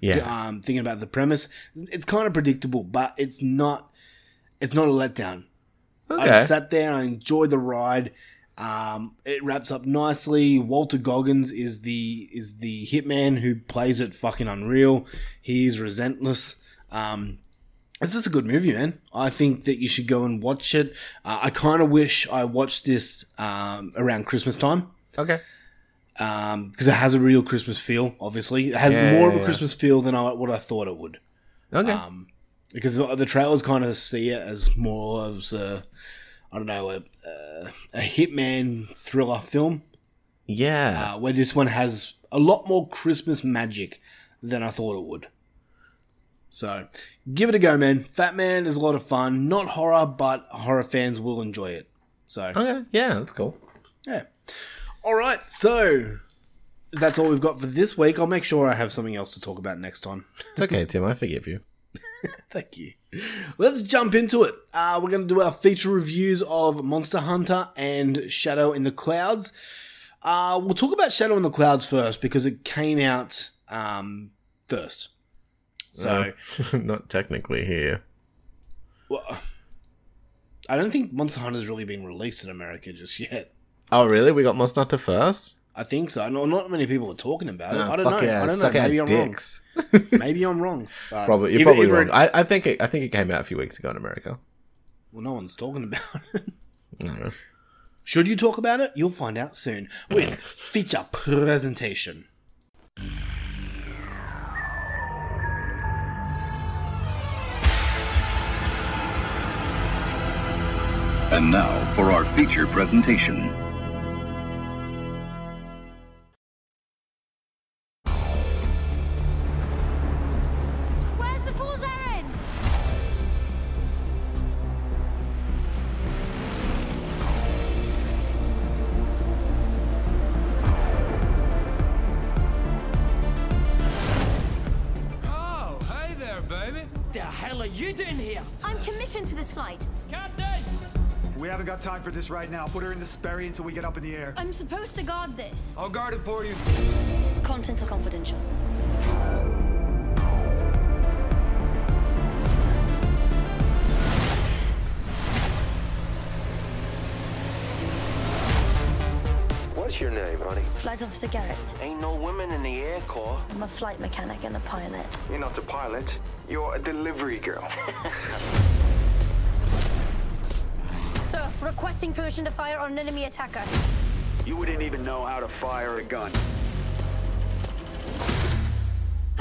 S2: Yeah.
S1: um, thinking about the premise. It's kind of predictable, but it's not. It's not a letdown. I
S2: Okay.
S1: sat there. I enjoyed the ride. Um, it wraps up nicely. Walter Goggins is the is the hitman who plays it fucking unreal. He's resentless. Um, it's just a good movie, man. I think that you should go and watch it. Uh, I kind of wish I watched this um, around Christmas time
S2: okay.
S1: because it has a real Christmas feel. Obviously, it has
S2: Yeah,
S1: more
S2: yeah,
S1: of a
S2: yeah.
S1: Christmas feel than I, what I thought it would.
S2: Okay.
S1: Um, because the the trailers kind of see it as more of a, I don't know, a, a, a hitman thriller film,
S2: yeah.
S1: uh, where this one has a lot more Christmas magic than I thought it would. So, give it a go, man. Fat Man is a lot of fun. Not horror, but horror fans will enjoy it. So,
S2: okay. Yeah, that's cool.
S1: yeah. All right, so that's all we've got for this week. I'll make sure I have something else to talk about next time.
S2: It's okay, Tim. I forgive you.
S1: Thank you. Let's jump into it. Uh, we're going to do our feature reviews of Monster Hunter and Shadow in the Clouds. Uh, we'll talk about Shadow in the Clouds first because it came out um, first. So
S2: not technically here.
S1: well, I don't think Monster Hunter's really been released in America just yet.
S2: Oh, really? We got Monster Hunter first?
S1: I think so. Not, not many people are talking about it.
S2: Oh,
S1: I don't know.
S2: fuck yeah,
S1: I don't know.
S2: suck our
S1: Maybe I'm
S2: dicks.
S1: wrong. Maybe I'm wrong. But
S2: Probably, you're
S1: if-
S2: probably
S1: if it-
S2: wrong. I, I think it, I think it came out a few weeks ago in America.
S1: Well, no one's talking about it.
S2: No.
S1: Should you talk about it? You'll find out soon with feature presentation.
S5: And now for our feature presentation.
S6: Where's the fool's errand?
S7: Oh, hey there, baby.
S8: The hell are you doing here?
S6: I'm commissioned to this flight.
S8: Captain!
S9: We haven't got time for this right now. Put her in the Sperry until we get up in the air.
S6: I'm supposed to guard this.
S7: I'll guard it for you.
S6: Contents are confidential.
S10: What's your name, honey?
S6: Flight Officer Garrett.
S10: Ain't no women in the Air Corps.
S6: I'm a flight mechanic and a pilot.
S10: You're not a pilot. You're a delivery girl.
S6: Sir, requesting permission to fire on an enemy attacker.
S9: You wouldn't even know how to fire a gun.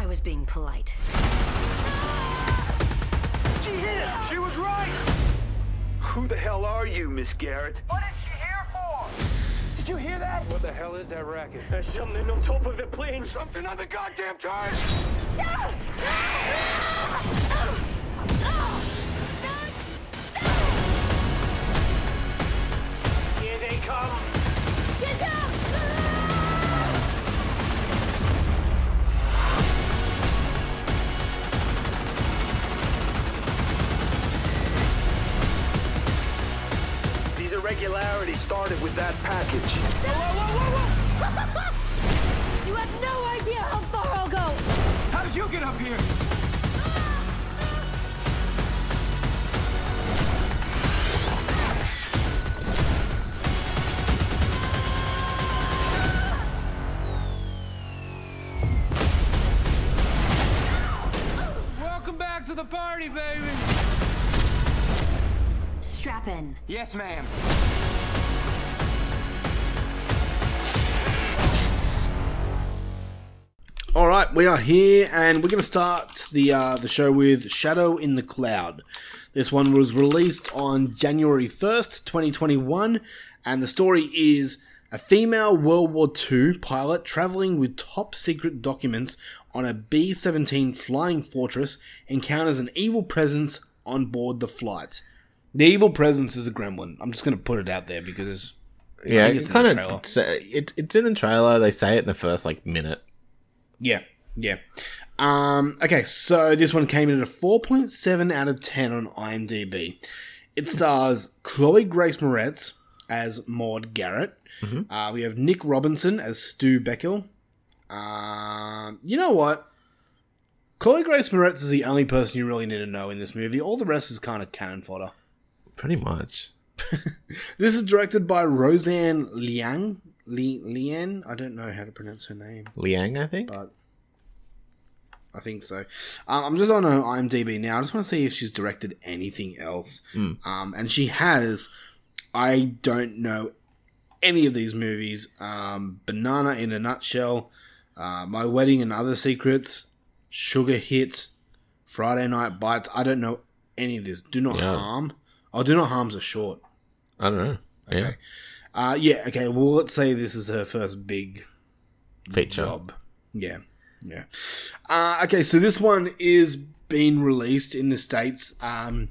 S6: was being polite.
S10: She hit it! She was right! Who the hell are you, Miss Garrett?
S11: What is she here for? Did you hear that?
S10: What the hell is that racket?
S11: There's something on top of the plane.
S10: Something on the goddamn tires!
S11: Here they come.
S6: Get down!
S10: These irregularities started with that package. Whoa, whoa, whoa, whoa, whoa!
S6: You have no idea how far I'll go!
S7: How did you get up here? Welcome back to the party, baby!
S6: Strap in.
S7: Yes, ma'am.
S1: All right, we are here, and we're going to start the uh, the show with Shadow in the Cloud. This one was released on January first, twenty twenty one, and the story is a female World War II pilot traveling with top secret documents on a B seventeen flying fortress encounters an evil presence on board the flight. The evil presence is a gremlin. I'm just going to put it out there because it's
S2: Yeah,
S1: think
S2: it's
S1: it's in the
S2: kind of
S1: trailer.
S2: it's, it's it's in the trailer. They say it in the first like minute.
S1: Yeah, yeah. Um, okay, so this one came in at a 4.7 out of 10 on IMDb. It stars Chloe Grace Moretz as Maud Garrett. Uh, we have Nick Robinson as Stu Beckel. Um, you know what? Chloe Grace Moretz is the only person you really need to know in this movie. All the rest is kind of cannon fodder.
S2: Pretty much.
S1: This is directed by Roseanne Liang. Li- Lian? I don't know how to pronounce her name.
S2: Liang, I think.
S1: but I think so. Um, I'm just on her IMDb now. I just want to see if she's directed anything else. Um, and she has. I don't know any of these movies. Um, Banana in a Nutshell, uh, My Wedding and Other Secrets, Sugar Hit, Friday Night Bites. I don't know any of this. Do not
S2: Yeah.
S1: harm. Oh, Do Not Harm's a short.
S2: I don't know. Yeah.
S1: Uh, yeah. Okay. Well, let's say this is her first big
S2: Feature.
S1: job. Yeah, yeah. Uh, okay, so this one is being released in the states. Um,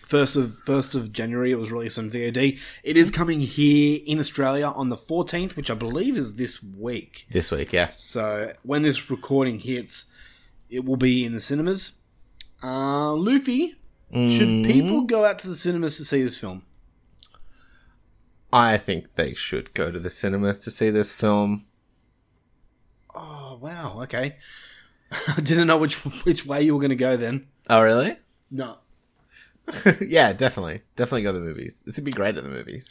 S1: first of first of January, it was released on VOD. It is coming here in Australia on the fourteenth, which I believe is this week.
S2: This week, yeah.
S1: So when this recording hits, it will be in the cinemas. Uh, Luffy, should people go out to the cinemas to see this film?
S2: I think they should go to the cinemas to see this film.
S1: Oh wow, okay. I didn't know which which way you were going to go then.
S2: Oh, really?
S1: No,
S2: yeah, definitely. Definitely go to the movies. This would be great at the movies.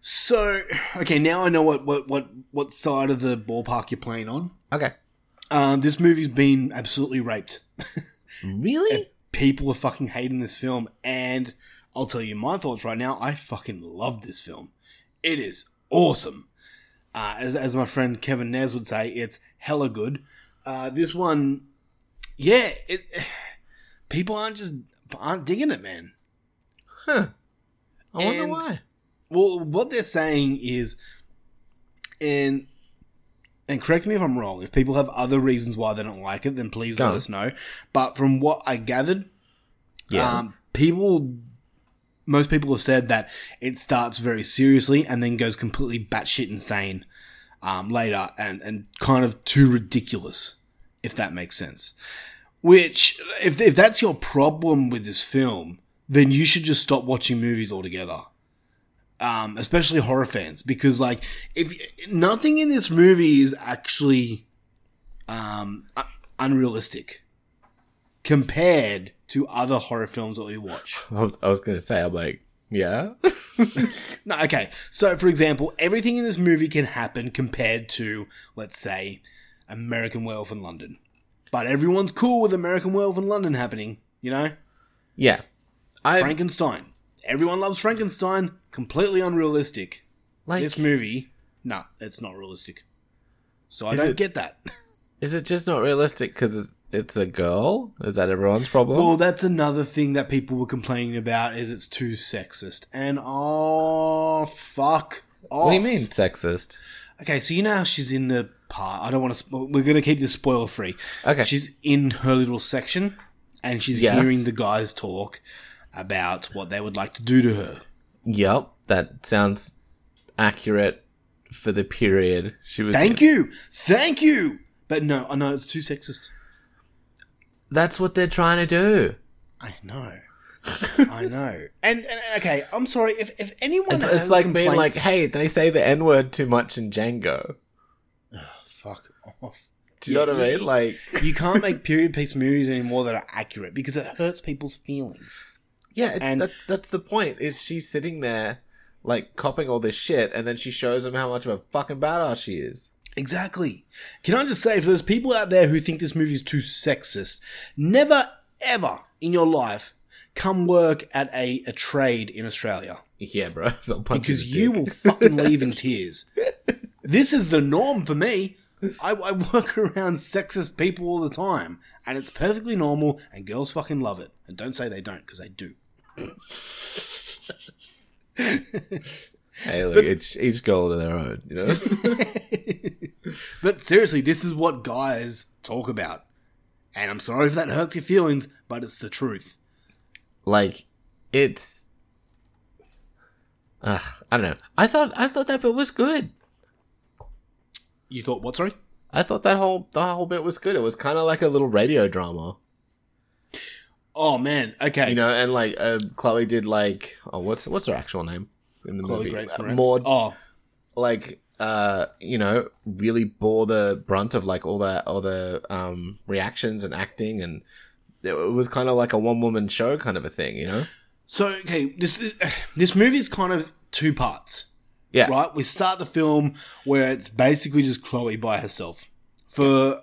S1: So okay, now I know what what what what side of the ballpark you're playing on.
S2: Okay.
S1: Um, this movie's been absolutely raped.
S2: Really?
S1: People are fucking hating this film, and I'll tell you my thoughts right now. I fucking love this film. It is awesome. Uh, as as my friend Kevin Nez would say, it's hella good. Uh, this one, yeah, it. People aren't just aren't digging it, man.
S2: Huh. I wonder
S1: And- um,
S2: why.
S1: Well, what they're saying is, and and correct me if I'm wrong. If people have other reasons why they don't like it, then please let
S2: Go.
S1: us know. But from what I gathered,
S2: Yeah.
S1: um, people, most people have said that it starts very seriously and then goes completely batshit insane um, later, and and kind of too ridiculous, if that makes sense. Which, if if that's your problem with this film, then you should just stop watching movies altogether um, especially horror fans, because like if nothing in this movie is actually um, u- unrealistic compared to other horror films that we watch.
S2: I was, I was going to say, I'm like, yeah.
S1: No, okay. So, for example, everything in this movie can happen compared to, let's say, American Werewolf in London, but everyone's cool with American Werewolf in London happening. You know,
S2: yeah. I
S1: Frankenstein. Everyone loves Frankenstein. Completely unrealistic.
S2: like
S1: this movie, no, it's not realistic. So I
S2: Is
S1: don't
S2: it-
S1: get that.
S2: Is it just not realistic because it's, it's a girl? Is that everyone's problem?
S1: Well, that's another thing that people were complaining about is it's too sexist. And oh fuck off.
S2: what do you mean sexist?
S1: Okay, so you know how she's in the part. I don't want to. Spo- we're going to keep this spoiler free.
S2: Okay.
S1: She's in her little section, and she's
S2: Yes.
S1: hearing the guys talk about what they would like to do to her.
S2: Yep, that sounds accurate for the period she was.
S1: Thank you, thank you. But no, I know it's too sexist.
S2: That's what they're trying to do.
S1: I know. I know. And, and okay, I'm sorry if if anyone
S2: It's,
S1: has
S2: it's like being like,
S1: complaints-
S2: hey, they say the N word too much in Django.
S1: fuck off.
S2: Do you know what I mean? Like,
S1: you can't make period piece movies anymore that are accurate because it hurts people's feelings.
S2: yeah, it's,
S1: And-
S2: that, that's the point. Is she's sitting there, like, copping all this shit, and then she shows them how much of a fucking badass she is.
S1: Exactly. Can I just say, for those people out there who think this movie is too sexist, never ever in your life come work at a, a trade in Australia
S2: Yeah, bro. They'll punch
S1: because
S2: you,
S1: you
S2: in the
S1: will
S2: dick.
S1: fucking leave in tears. This is the norm for me. I, I work around sexist people all the time, and it's perfectly normal, and girls fucking love it. And don't say they don't, because they do.
S2: Hey, look, each, each goal to their own, you know?
S1: But seriously, this is what guys talk about. And I'm sorry if that hurts your feelings, but it's the truth.
S2: like it's Ugh, i don't know i thought i thought that bit was good
S1: You thought, what, sorry?
S2: i thought that whole the whole bit was good it was kind of like a little radio drama
S1: Oh, man. Okay.
S2: you know and like uh, chloe did like oh what's what's her actual name in the
S1: Chloe
S2: movie
S1: Grace
S2: Uh,
S1: Moretz.
S2: Maud,
S1: Oh,
S2: like uh you know really bore the brunt of like all the all the um reactions and acting and it was kind of like a one woman show kind of a thing you know
S1: so okay. This is, this movie is kind of two parts,
S2: yeah
S1: right? We start the film where it's basically just Chloe by herself for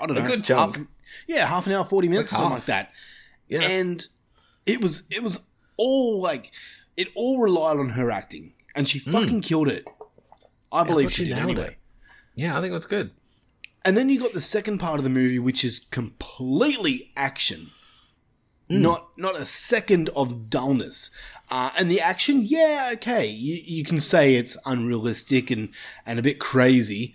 S1: I don't know
S2: good chunk.
S1: half- yeah, half an hour, forty minutes,
S2: Like
S1: something
S2: half.
S1: like that.
S2: yeah
S1: And it was it was all like it all relied on her acting, and she fucking killed it. I believe
S2: Hmm. thought
S1: she,
S2: she
S1: did
S2: nailed
S1: anyway.
S2: it. yeah i think it was good
S1: And then you got the second part of the movie, which is completely action. Not not a second of dullness. Uh, and the action, yeah, okay. You, you can say it's unrealistic and, and a bit crazy.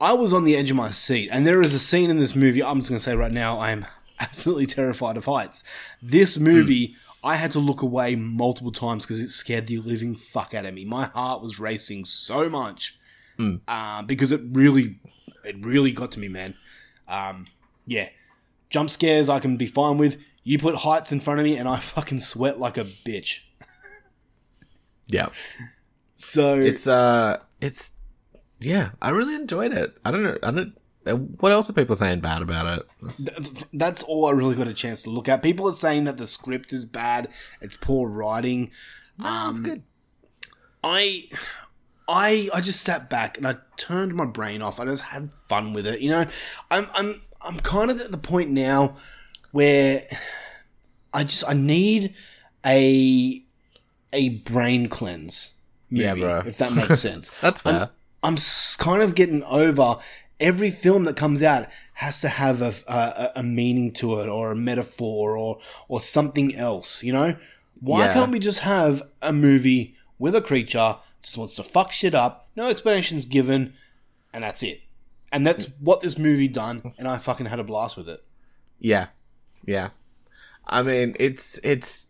S1: I was on the edge of my seat, and there is a scene in this movie. I'm just going to say right now, I am absolutely terrified of heights. This movie, I had to look away multiple times because it scared the living fuck out of me. My heart was racing so much uh, because it really, it really got to me, man. Um, yeah, jump scares I can be fine with. You put heights in front of me, and I fucking sweat like a bitch.
S2: yeah
S1: So
S2: it's uh it's yeah i really enjoyed it i don't know i don't uh, what else are people saying bad about it
S1: th- that's all I really got a chance to look at. People are saying that the script is bad, it's poor writing. Um,
S2: no, it's good
S1: I I I just sat back and I turned my brain off. I just had fun with it. You know, I'm I'm I'm kind of at the point now where I just I need a a brain cleanse. Movie,
S2: Yeah, bro.
S1: If that makes sense.
S2: That's
S1: I'm-
S2: fair.
S1: I'm, s kind of getting over every film that comes out has to have a, a a meaning to it or a metaphor or or something else, you know? Why
S2: Yeah.
S1: can't we just have a movie with a creature just wants to fuck shit up, no explanations given, and that's it. And that's what this movie done, and I fucking had a blast with it.
S2: yeah yeah i mean it's it's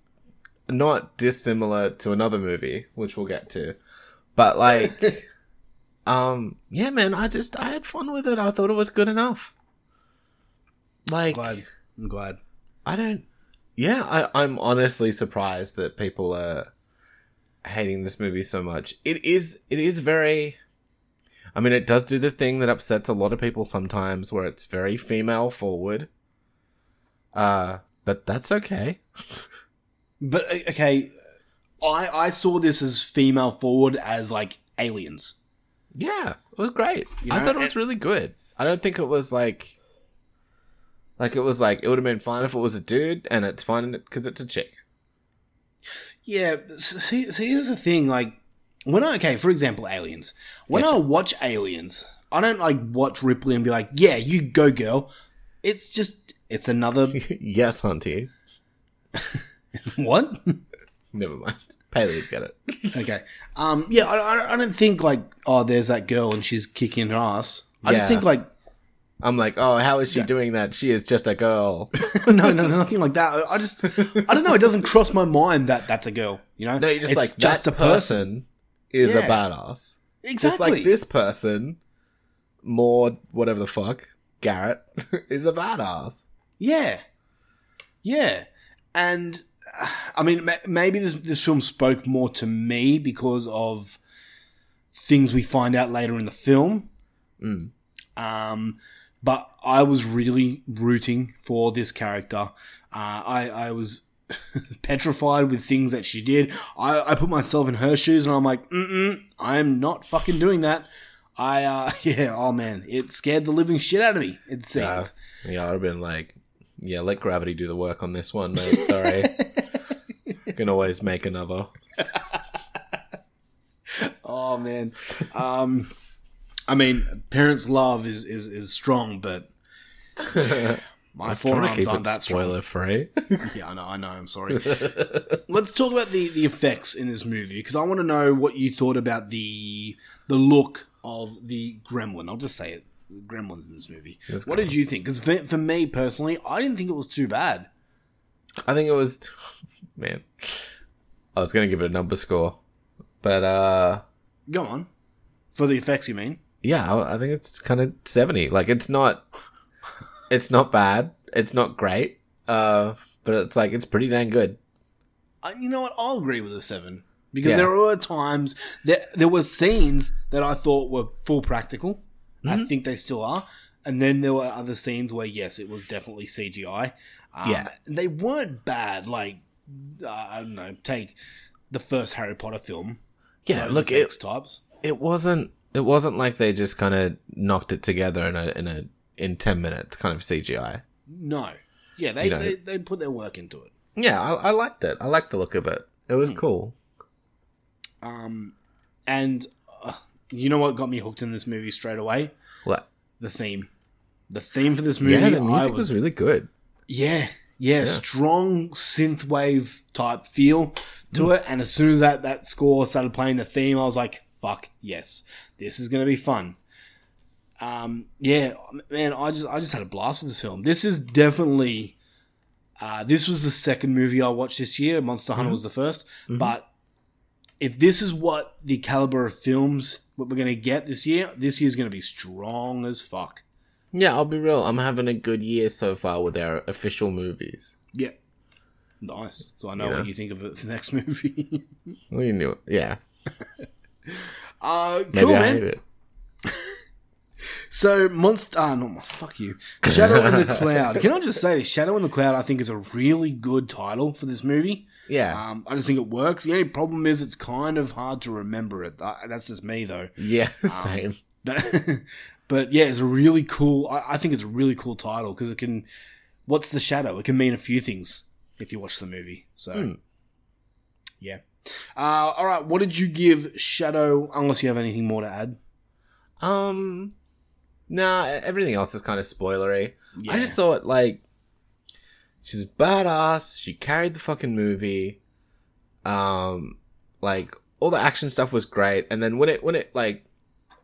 S2: not dissimilar to another movie which we'll get to but like um yeah man i just i had fun with it i thought it was good enough like
S1: Glad. I'm glad.
S2: I don't. Yeah, I, I'm honestly surprised that people are hating this movie so much. It is. It is very. I mean, it does do the thing that upsets a lot of people sometimes, where it's very female forward. Uh, but that's okay.
S1: But o- okay, I I saw this as female forward as like aliens.
S2: Yeah, it was great.
S1: You
S2: I
S1: know,
S2: thought it
S1: it-
S2: was really good. I don't think it was like, like it was like it would have been fine if it was a dude, and it's fine because it's a chick.
S1: Yeah, but s- see, see, here's the thing. Like, when I okay, for example, Aliens. When I watch Aliens, I don't like watch Ripley and be like, yeah, you go, girl. It's just, it's another.
S2: yes, hunty.
S1: what?
S2: Never mind. Paley would get it.
S1: okay. Um. Yeah. I, I, I don't think like oh there's that girl and she's kicking her ass. I just
S2: Yeah.
S1: think like
S2: I'm like, oh, how is she doing that? She is just a girl.
S1: no no no, nothing like that. I- I just I don't know. It doesn't cross my mind that that's a girl. You know.
S2: No, you're just
S1: It's
S2: like that person, is a
S1: Yeah.
S2: badass. Just
S1: Exactly.
S2: like this person, Maud, whatever the fuck, Garrett is a badass.
S1: Yeah. Yeah. And uh, I mean, ma- maybe this this film spoke more to me because of things we find out later in the film. Um, but I was really rooting for this character. Uh, I I was petrified with things that she did. I, I put myself in her shoes, and I'm like, mm I'm not fucking doing that. I uh, yeah. Oh man, it scared the living shit out of me. It seems.
S2: Yeah, yeah, I'd have been like, yeah, let gravity do the work on this one, mate. Sorry, can always make another.
S1: Oh man, um, I mean, parents' love is is, is strong, but my
S2: Let's try to
S1: forearms
S2: keep
S1: aren't
S2: it
S1: that strong.
S2: spoiler free.
S1: Yeah, I know, I know. I'm sorry. Let's talk about the the effects in this movie because I want to know what you thought about the the look of the gremlin. I'll just say it. the Gremlins in this movie.
S2: That's
S1: what did you think? Because for, for me personally, I didn't think it was too bad.
S2: I think it was man. I was gonna give it a number score, but uh,
S1: Go on. For the effects, you mean?
S2: yeah, I, I think it's kind of seventy. Like it's not, it's not bad. It's not great. Uh, but it's like it's pretty dang good.
S1: I, you know what? I'll agree with a seven because
S2: Yeah.
S1: there were times that there were scenes that I thought were full practical.
S2: Mm-hmm.
S1: I think they still are, and then there were other scenes where yes, it was definitely CGI. Um,
S2: Yeah.
S1: they weren't bad. Like uh, I don't know, take the first Harry Potter film.
S2: Yeah,
S1: those
S2: look,
S1: effects
S2: it-
S1: types.
S2: It wasn't. It wasn't like they just kind of knocked it together in a in a in ten minutes kind of CGI.
S1: No, yeah, they,
S2: You know-
S1: they they put their work into it.
S2: Yeah, I, I liked it. I liked the look of it. It was cool.
S1: Um, and uh, you know what got me hooked in this movie straight away?
S2: What?
S1: The theme. The theme for this movie,
S2: Yeah, the music
S1: I
S2: was really good.
S1: Yeah, yeah, strong synthwave type feel to it. And as soon as that that score started playing the theme, I was like, "Fuck yes, this is gonna be fun." Um, yeah, man, I just I just had a blast with this film. This is definitely. Uh, this was the second movie I watched this year. Monster Hunter was the 1st but if this is what the caliber of films what we're gonna get this year, this year's gonna be strong as fuck.
S2: Yeah, I'll be real. I'm having a good year so far with our official movies.
S1: Yeah. Nice. So I know
S2: Yeah.
S1: what you think of it for the next movie.
S2: We knew it. Yeah,
S1: uh,
S2: maybe
S1: cool,
S2: I hate
S1: man.
S2: it.
S1: So, Monster. Ah, no, fuck you. Shadow in the Cloud. Can I just say this? Shadow in the Cloud, I think, is a really good title for this movie.
S2: Yeah,
S1: Um, I just think it works. The only problem is it's kind of hard to remember it. Uh, That's just me, though.
S2: yeah, same.
S1: But, but yeah, it's a really cool. I, I think it's a really cool title because it can. What's the shadow? It can mean a few things if you watch the movie. So,
S2: Hmm.
S1: yeah. Uh, all right. What did you give Shadow? Unless you have anything more to add.
S2: Um, nah, e, everything else is kind of spoilery.
S1: Yeah.
S2: I just thought like she's badass. She carried the fucking movie. Um, like all the action stuff was great, and then when it when it like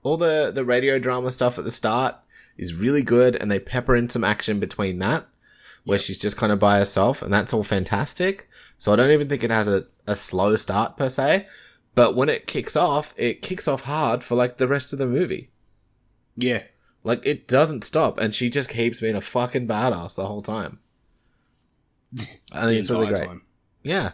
S2: all the the radio drama stuff at the start is really good, and they pepper in some action between that. Where she's just kind of by herself, and that's all fantastic. So I don't even think it has a, a slow start per se, but when it kicks off, it kicks off hard for like the rest of the movie.
S1: Yeah.
S2: Like it doesn't stop, and she just keeps being a fucking badass the whole time. I think it's really
S1: entire
S2: great. Yeah.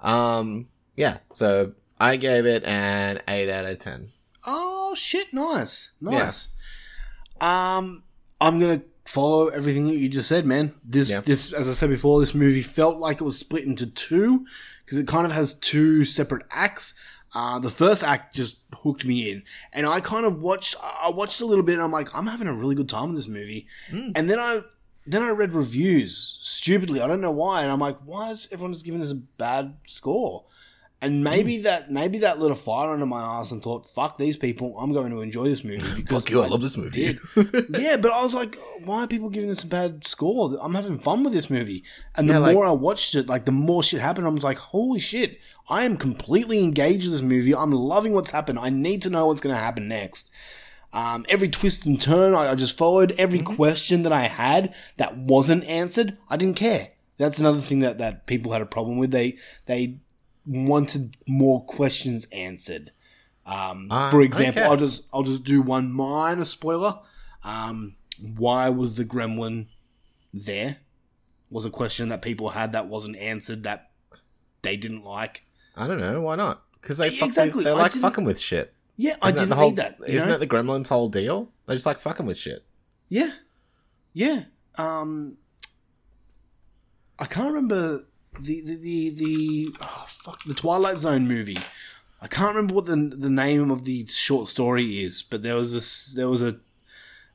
S2: Um. Yeah. So I gave it an eight out of ten.
S1: Oh shit! Nice, nice. Um, I'm gonna follow everything that you just said, man. This,
S2: Yeah.
S1: this, as I said before, this movie felt like it was split into two because it kind of has two separate acts. Uh, the first act just hooked me in, and I kind of watched. I watched a little bit, and I'm like, I'm having a really good time with this movie. And then I, then I read reviews stupidly. I don't know why, and I'm like, why is everyone just giving this a bad score? And maybe
S2: Hmm.
S1: that maybe that lit a fire under my ass and thought, "Fuck these people! I'm going to enjoy this movie." Because
S2: Fuck you, I love this movie.
S1: did. yeah, but I was like, "Why are people giving this a bad score? I'm having fun with this movie." And
S2: Yeah,
S1: the
S2: like-
S1: more I watched it, like the more shit happened. I was like, "Holy shit! I am completely engaged with this movie. I'm loving what's happened. I need to know what's going to happen next." Um, every twist and turn, I, I just followed. Every
S2: Mm-hmm.
S1: question that I had that wasn't answered, I didn't care. That's another thing that, that people had a problem with. They they wanted more questions answered. Um,
S2: Ah,
S1: for example,
S2: okay.
S1: I'll just I'll just do one minor spoiler. Um, why was the gremlin there? Was a question that people had that wasn't answered that they didn't like.
S2: I don't know. Why not? Because they fuck,
S1: Exactly,
S2: exactly. They,
S1: I
S2: like
S1: didn't-
S2: fucking with shit.
S1: Yeah, I
S2: Isn't
S1: didn't
S2: the whole,
S1: need that. you
S2: Isn't
S1: know?
S2: that the Gremlins' whole deal? They just like fucking with shit.
S1: Yeah. Yeah. Um I can't remember the the the, the oh, fuck the Twilight Zone movie. I can't remember what the the name of the short story is, but there was this there was a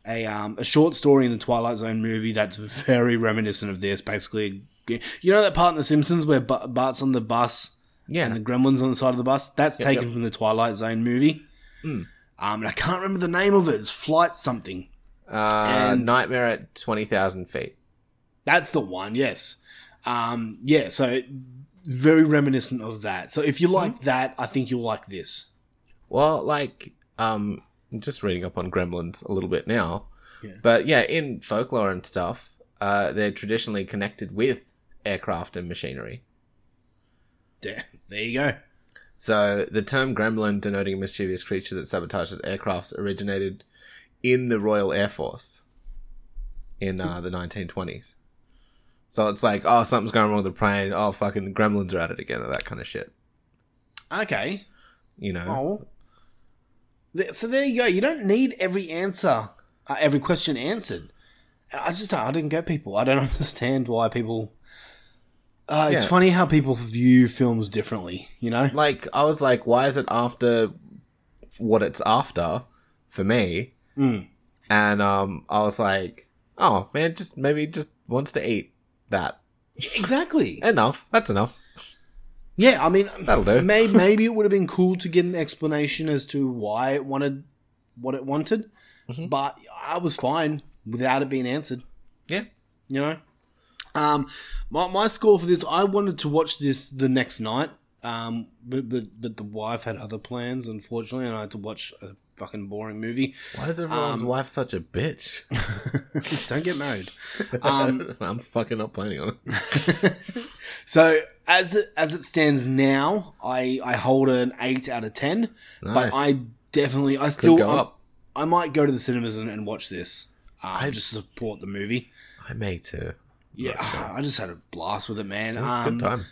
S1: a um, a short story in the Twilight Zone movie that's very reminiscent of this. Basically, you know that part in The Simpsons where Ba- Bart's on the bus,
S2: Yeah.
S1: and the Gremlins on the side of the bus. That's
S2: Yep,
S1: taken
S2: yep.
S1: from the Twilight Zone movie.
S2: Mm.
S1: Um, and I can't remember the name of it. It's Flight something.
S2: Uh,
S1: And-
S2: Nightmare at twenty thousand feet.
S1: That's the one, yes. Um, yeah, so very reminiscent of that. So if you like that, I think you'll like this.
S2: Well, like, um, I'm just reading up on gremlins a little bit now, but yeah, in folklore and stuff, uh, they're traditionally connected with aircraft and machinery.
S1: There, there you go.
S2: So the term gremlin, denoting a mischievous creature that sabotages aircrafts, originated in the Royal Air Force in uh, the 1920s. So it's like, oh, something's going wrong with the plane. Oh, fucking the gremlins are at it again, or that kind of shit.
S1: Okay.
S2: You know?
S1: Oh. Th- So there you go. You don't need every answer, uh, every question answered. And I just uh, I didn't get people. I don't understand why people. Uh, It's
S2: Yeah.
S1: funny how people view films differently. You know.
S2: Like, I was like, why is it after what it's after for me?
S1: Mm.
S2: And um, I was like, oh man, just maybe it just wants to eat that.
S1: Exactly.
S2: Enough. That's enough.
S1: Yeah, I mean,
S2: That'll do.
S1: May, maybe it would have been cool to get an explanation as to why it wanted what it wanted,
S2: Mm-hmm.
S1: but I was fine without it being answered.
S2: Yeah.
S1: You know, um, my my score for this, I wanted to watch this the next night, um, but but, but the wife had other plans, unfortunately, and I had to watch a fucking boring movie.
S2: Why is everyone's
S1: Um,
S2: wife such a bitch?
S1: Don't get married. Um,
S2: I'm fucking not planning on it.
S1: So as it, as it stands now, I I hold an eight out of ten,
S2: Nice.
S1: but I definitely I still
S2: go
S1: I'm-
S2: up.
S1: I might go to the cinemas and, and watch this. Um, I just to support the movie.
S2: I may too.
S1: Yeah, I just had a blast with it, man.
S2: It was a
S1: Um,
S2: good time.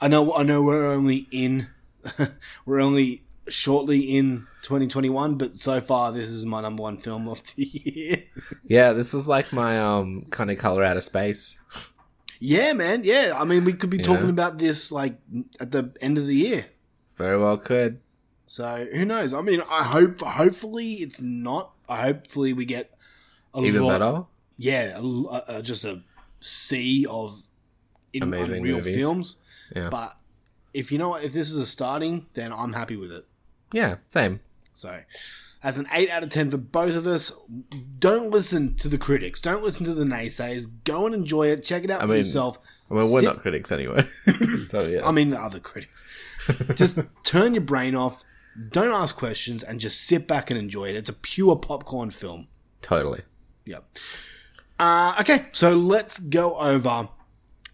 S1: I know I know we're only in we're only shortly in 2021, but so far this is my number one film of the year.
S2: Yeah, this was like my um kind of color out of space.
S1: yeah, man. Yeah, I mean we could be
S2: Yeah.
S1: talking about this like at the end of the year.
S2: Very well could.
S1: So who knows? I mean, I hope. Hopefully, it's not. I hopefully we get a
S2: Even
S1: lot,
S2: better.
S1: Yeah, a l- a- a- just a sea of in,
S2: Amazing
S1: unreal
S2: movies.
S1: films.
S2: Yeah.
S1: But if you know what, if this is a starting, then I'm happy with it.
S2: yeah, same.
S1: So that's an eight out of ten for both of us. Don't listen to the critics. Don't listen to the naysayers. Go and enjoy it. Check it out
S2: I
S1: for
S2: mean-
S1: yourself.
S2: I mean, we're
S1: Sit-
S2: not critics anyway. so yeah.
S1: I mean, the other critics. just turn your brain off, don't ask questions, and just sit back and enjoy it. It's a pure popcorn film.
S2: totally.
S1: Yep. Uh, okay, so let's go over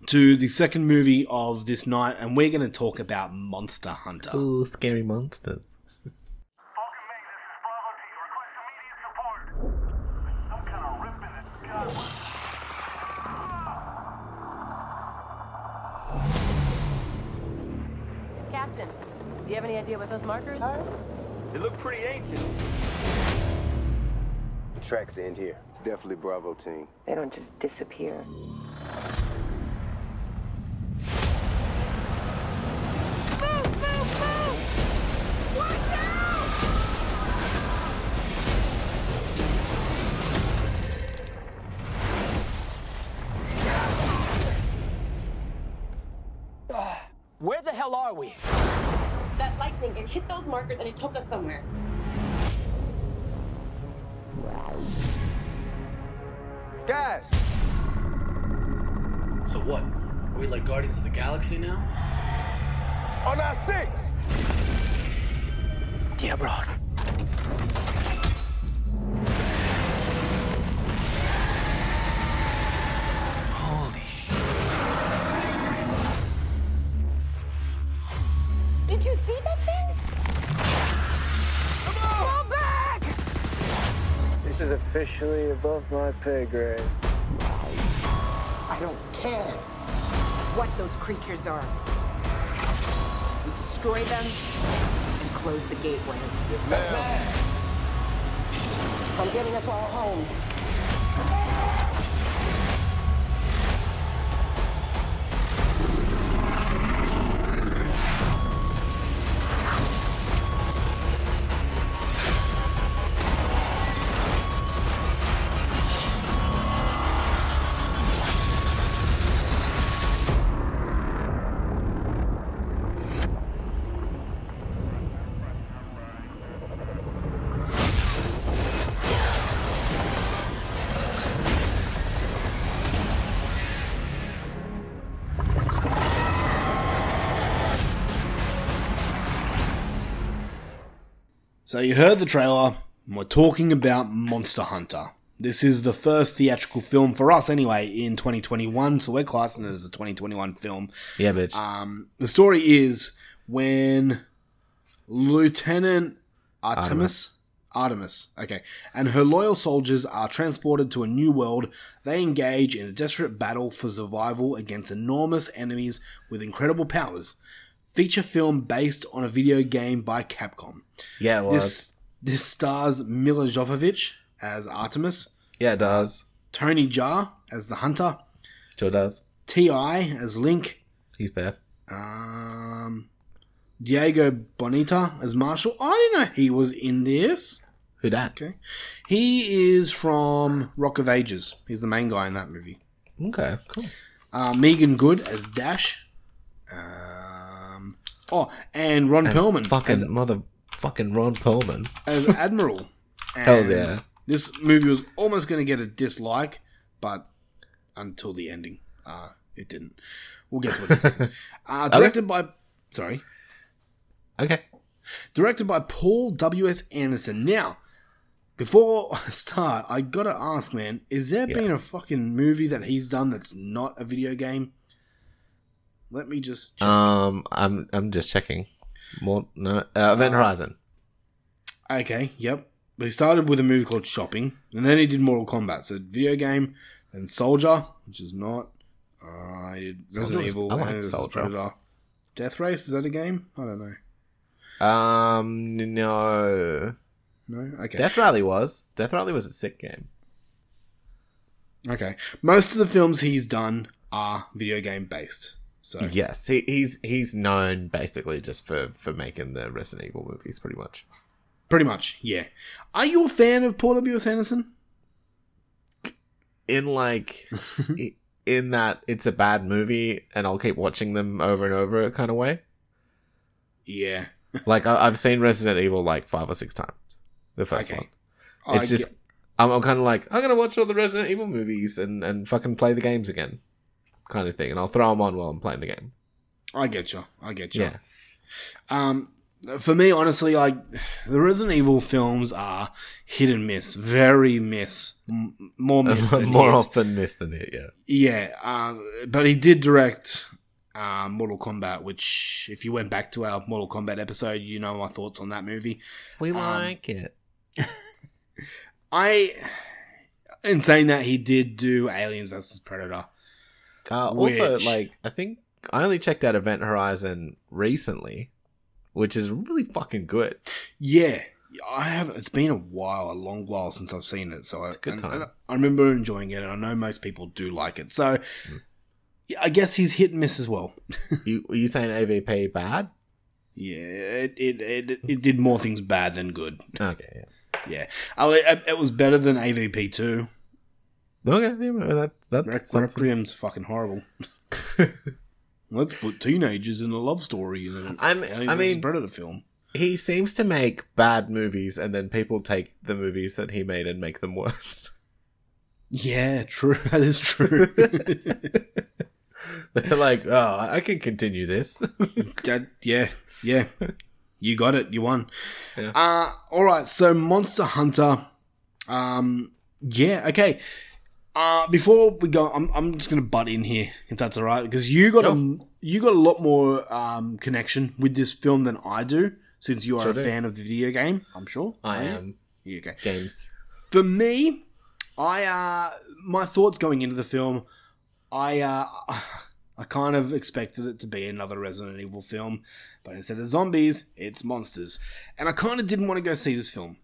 S1: to the second movie of this night, and we're going to talk about Monster Hunter.
S2: Ooh, scary monsters.
S12: Captain, do you have any idea what those markers are?
S10: It looked pretty ancient.
S13: Tracks end here. Definitely Bravo team.
S12: They don't just disappear.
S7: Where the hell are we?
S12: that lightning. It hit those markers and it took us somewhere.
S10: Gas!
S14: So what? Are we like Guardians of the Galaxy now?
S10: On our six!
S14: Yeah, bros.
S6: Did you see that thing? Come back!
S13: This is officially above my pay grade.
S15: I don't care what those creatures are. We destroy them and close the gateway.
S10: Yes, ma'am.
S15: I'm getting us all home.
S1: So you heard the trailer, and we're talking about Monster Hunter. This is the first theatrical film for us, anyway, in 2021. So we're classing it as a 2021 film.
S2: Yeah, bitch.
S1: Um, the story is when Lieutenant Artemis. Artemis, okay, and her loyal soldiers are transported to a new world. They engage in a desperate battle for survival against enormous enemies with incredible powers. Feature film based on a video game by Capcom.
S2: Yeah, it was.
S1: This this stars Mila Jovovich as Artemis,
S2: yeah, it does.
S1: Tony Jaa as the Hunter,
S2: Sure does.
S1: Ti as Link,
S2: He's there.
S1: um, Diego Bonita as Marshall. I didn't know he was in this.
S2: Who dat?
S1: Okay, he is from Rock of Ages. He's the main guy in that movie.
S2: Okay, cool.
S1: Uh, Megan Good as Dash. Um, oh, and Ron
S2: And
S1: Perlman
S2: Fucking
S1: as,
S2: mother. Fucking Ron Perlman.
S1: as Admiral.
S2: Hells
S1: And
S2: yeah.
S1: This movie was almost going to get a dislike, but until the ending, uh, it didn't. We'll get to it. in a second. Uh,
S2: Okay.
S1: directed by, sorry,
S2: Okay.
S1: directed by Paul W. S. Anderson. Now, before I start, I gotta ask, man, is there been a fucking movie that he's done that's not a video game? Let me just.
S2: Um, I'm I'm just checking. More no. Uh, Event Horizon.
S1: Okay, yep. He started with a movie called Shopping, and then he did Mortal Kombat. So video game, then Soldier, which is not. Uh, he did
S2: Soldier
S1: Resident
S2: was-
S1: Evil.
S2: I
S1: and
S2: like
S1: then this is
S2: Soldier.
S1: Predator. Death Race is that a game? I don't know.
S2: Um, no.
S1: No. Okay.
S2: Death Rally was. Death Rally was a sick game.
S1: Okay. Most of the films he's done are video game based. So
S2: Yes, he, he's he's known basically just for for making the Resident Evil movies, pretty much.
S1: pretty much, yeah. Are you a fan of Paul W. S. Anderson?
S2: In like, i- in that it's a bad movie, and I'll keep watching them over and over kind of way.
S1: Yeah.
S2: Like I, I've seen Resident Evil like five or six times. The first
S1: Okay.
S2: one. It's
S1: I
S2: just I'm, I'm kind of like I'm gonna watch all the Resident Evil movies and and fucking play the games again, kind of thing, and I'll throw them on while I'm playing the game.
S1: I get you. I get you.
S2: Yeah.
S1: Um, for me, honestly, like the Resident Evil films are hit and miss, very miss, M- more miss than
S2: More
S1: hit.
S2: often missed than it, yeah.
S1: Yeah, uh, but he did direct uh, Mortal Kombat, which if you went back to our Mortal Kombat episode, you know my thoughts on that movie.
S2: We like it.
S1: I, in saying that, he did do Aliens vs Predator.
S2: Uh, also,
S1: Which-
S2: like, I think I only checked out Event Horizon recently, which is really fucking good.
S1: Yeah, I have. It's been a while, a long while since I've seen it. So it's a
S2: good time.
S1: I remember enjoying it, and I know most people do like it. So yeah, I guess he's hit and miss as well.
S2: you are you saying AVP bad?
S1: Yeah, it it, it it did more things bad than good.
S2: Okay, yeah.
S1: Yeah, I, it, it was better than AVP two.
S2: Okay, yeah, well, that, that's
S1: Rec-
S2: something.
S1: Requiem's fucking horrible. Let's put teenagers in a love story. And
S2: I'm- I mean-
S1: Predator film.
S2: He seems to make bad movies, and then people take the movies that he made and make them worse.
S1: Yeah, true. That is true.
S2: They're like, oh, I can continue this.
S1: That- yeah, yeah. You got it. You won. Uh, all right. So Monster Hunter. Um, yeah. Okay. Uh, before we go, I'm, I'm just gonna butt in here if that's all right because you got a you got a lot more um, connection with this film than I do since you are
S2: Sure
S1: a
S2: do.
S1: fan of the video game. I'm sure.
S2: I
S1: Are you?
S2: am.
S1: Yeah, okay.
S2: Games.
S1: For me, I uh, my thoughts going into the film, I uh, I kind of expected it to be another Resident Evil film, but instead of zombies, it's monsters, and I kind of didn't want to go see this film.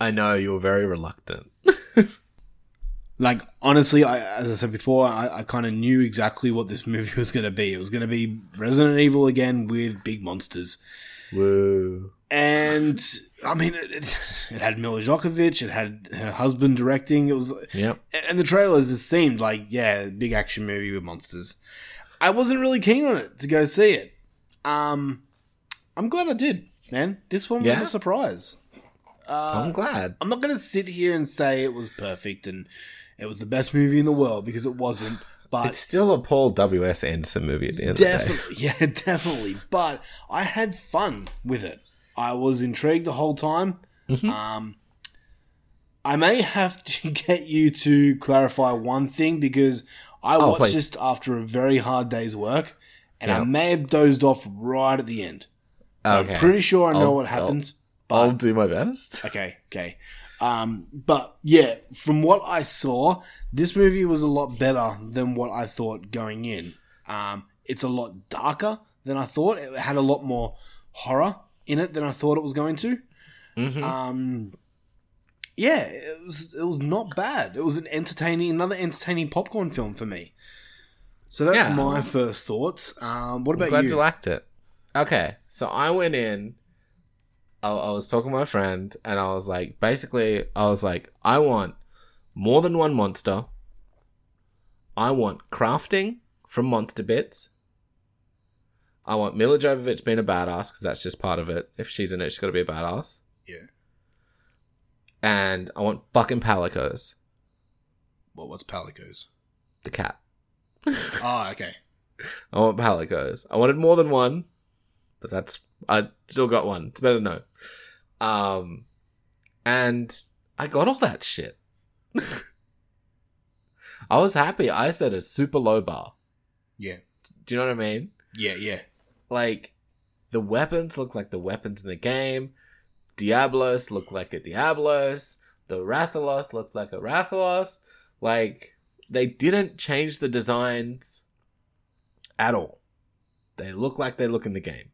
S2: I know you were very reluctant.
S1: Like honestly, I, as I said before, I, I kind of knew exactly what this movie was going to be. It was going to be Resident Evil again with big monsters.
S2: Woo.
S1: And I mean, it, it, it had Mila Jokovic, it had her husband directing. It was
S2: Yep.
S1: And- And the trailers just seemed like, yeah, big action movie with monsters. I wasn't really keen on it to go see it. Um, I'm glad I did, man. This one
S2: Yeah?
S1: was a surprise. Uh,
S2: I'm glad.
S1: I'm not going to sit here and say it was perfect and it was the best movie in the world because it wasn't. But
S2: It's still a Paul W. S. Anderson movie at the end of the day.
S1: Definitely, yeah, definitely. But I had fun with it. I was intrigued the whole time.
S2: Mm-hmm.
S1: Um, I may have to get you to clarify one thing because I
S2: Oh,
S1: watched
S2: please.
S1: this after a very hard day's work, and I
S2: Yeah.
S1: may have dozed off right at the end.
S2: Okay.
S1: I'm pretty sure I know
S2: I'll-
S1: what
S2: I'll-
S1: happens.
S2: I'll
S1: but-
S2: do my best.
S1: Okay, okay. Um, but yeah, from what I saw, this movie was a lot better than what I thought going in. Um, it's a lot darker than I thought. It had a lot more horror in it than I thought it was going to.
S2: Mm-hmm.
S1: Um, yeah, it was it was not bad. It was an entertaining, another entertaining popcorn film for me. So that's
S2: Yeah.
S1: my first thoughts. Um, what
S2: I'm
S1: about
S2: glad
S1: you?
S2: you liked it. Okay, so I went in. I, I was talking to my friend, and I was like, basically, I was like, I want more than one monster. I want crafting from monster bits. I want Mila Jovovich being a badass because that's just part of it. If she's in it, she's got to be a badass.
S1: Yeah.
S2: And I want fucking Palicos,
S1: well, what's Palicos?
S2: the cat.
S1: oh, okay.
S2: I want Palicos. I wanted more than one, but that's I still got one. It's better than no. Um, and I got all that shit. I was happy. I set a super low bar.
S1: Yeah,
S2: Do you know what I mean?
S1: yeah, yeah.
S2: Like the weapons look like the weapons in the game. Diablos look like a Diablos. The Rathalos looked like a Rathalos. Like they didn't change the designs at all. They look like they look in the game.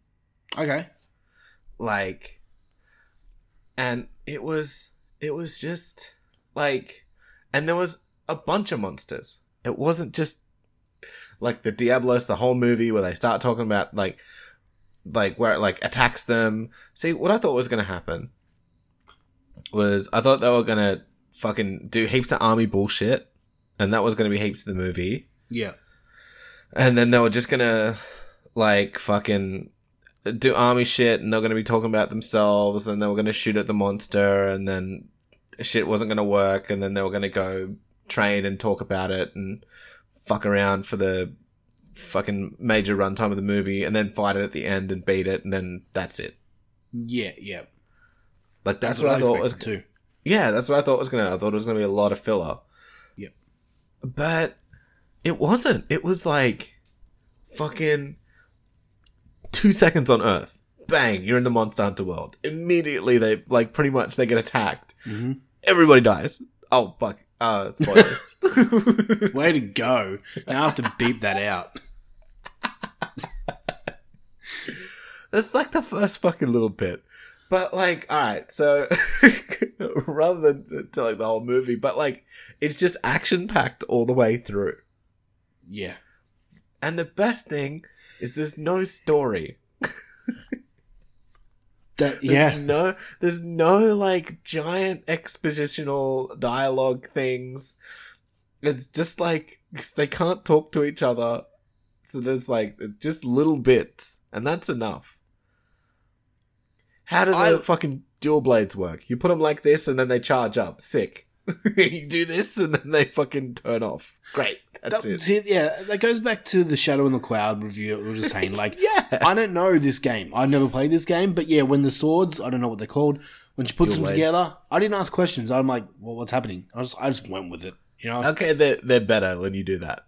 S1: Okay.
S2: Like and it was it was just like and there was a bunch of monsters. It wasn't just like the Diablos the whole movie where they start talking about like like where it like attacks them. See, what I thought was gonna happen was I thought they were gonna fucking do heaps of army bullshit and that was gonna be heaps of the movie
S1: Yeah.
S2: and then they were just gonna like fucking do army shit and they're gonna be talking about themselves and they were gonna shoot at the monster and then shit wasn't gonna work and then they were gonna go train and talk about it and fuck around for the fucking major runtime of the movie and then fight it at the end and beat it and then that's it
S1: Yeah, yeah.
S2: like that's, what, I thought was
S1: expected too.
S2: yeah that's what I thought was gonna I thought it was gonna be a lot of filler
S1: Yep.
S2: but it wasn't. It was like fucking two seconds on Earth. Bang! You're in the Monster Hunter world. Immediately, they like pretty much they get attacked. Everybody dies. Oh fuck! Uh, spoilers.
S1: Way to go. Now I have to beep that out.
S2: That's like the first fucking little bit. But like, all right. So rather than telling the whole movie, but like, it's just action packed all the way through.
S1: Yeah.
S2: And the best thing is there's no story.
S1: That,
S2: There's
S1: yeah.
S2: no, there's no like giant expositional dialogue things. It's just like they can't talk to each other. So there's like just little bits, and that's enough. How do the I, fucking dual blades work? You put them like this, and then they charge up. Sick. you do this, and then they fucking turn off. Great. That's
S1: that,
S2: it.
S1: See, yeah, that goes back to the Shadow in the Cloud review that we were just saying. Like,
S2: yeah,
S1: I don't know this game. I've never played this game, but yeah, when the swords, I don't know what they're called. When she puts
S2: Dual
S1: them
S2: blades.
S1: together, I didn't ask questions. I'm like, well, what's happening? I just, I just went with it. You know?
S2: Okay, they're they're better when you do that.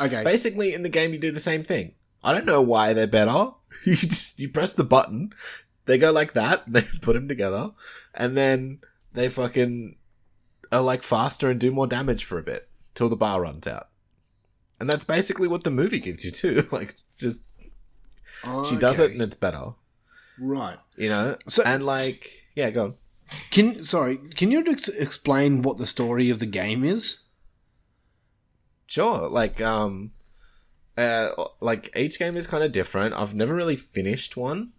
S1: Okay.
S2: Basically, in the game, you do the same thing. I don't know why they're better. You just you press the button, they go like that. They put them together, and then they fucking are like faster and do more damage for a bit till the bar runs out. And that's basically what the movie gives you too. Like it's just she does it
S1: Oh, Okay.
S2: and it's better,
S1: right.
S2: you know.
S1: So-
S2: and like yeah, go on.
S1: Can sorry, can you ex- explain what the story of the game is?
S2: Sure, like um, uh, like each game is kind of different. I've never really finished one.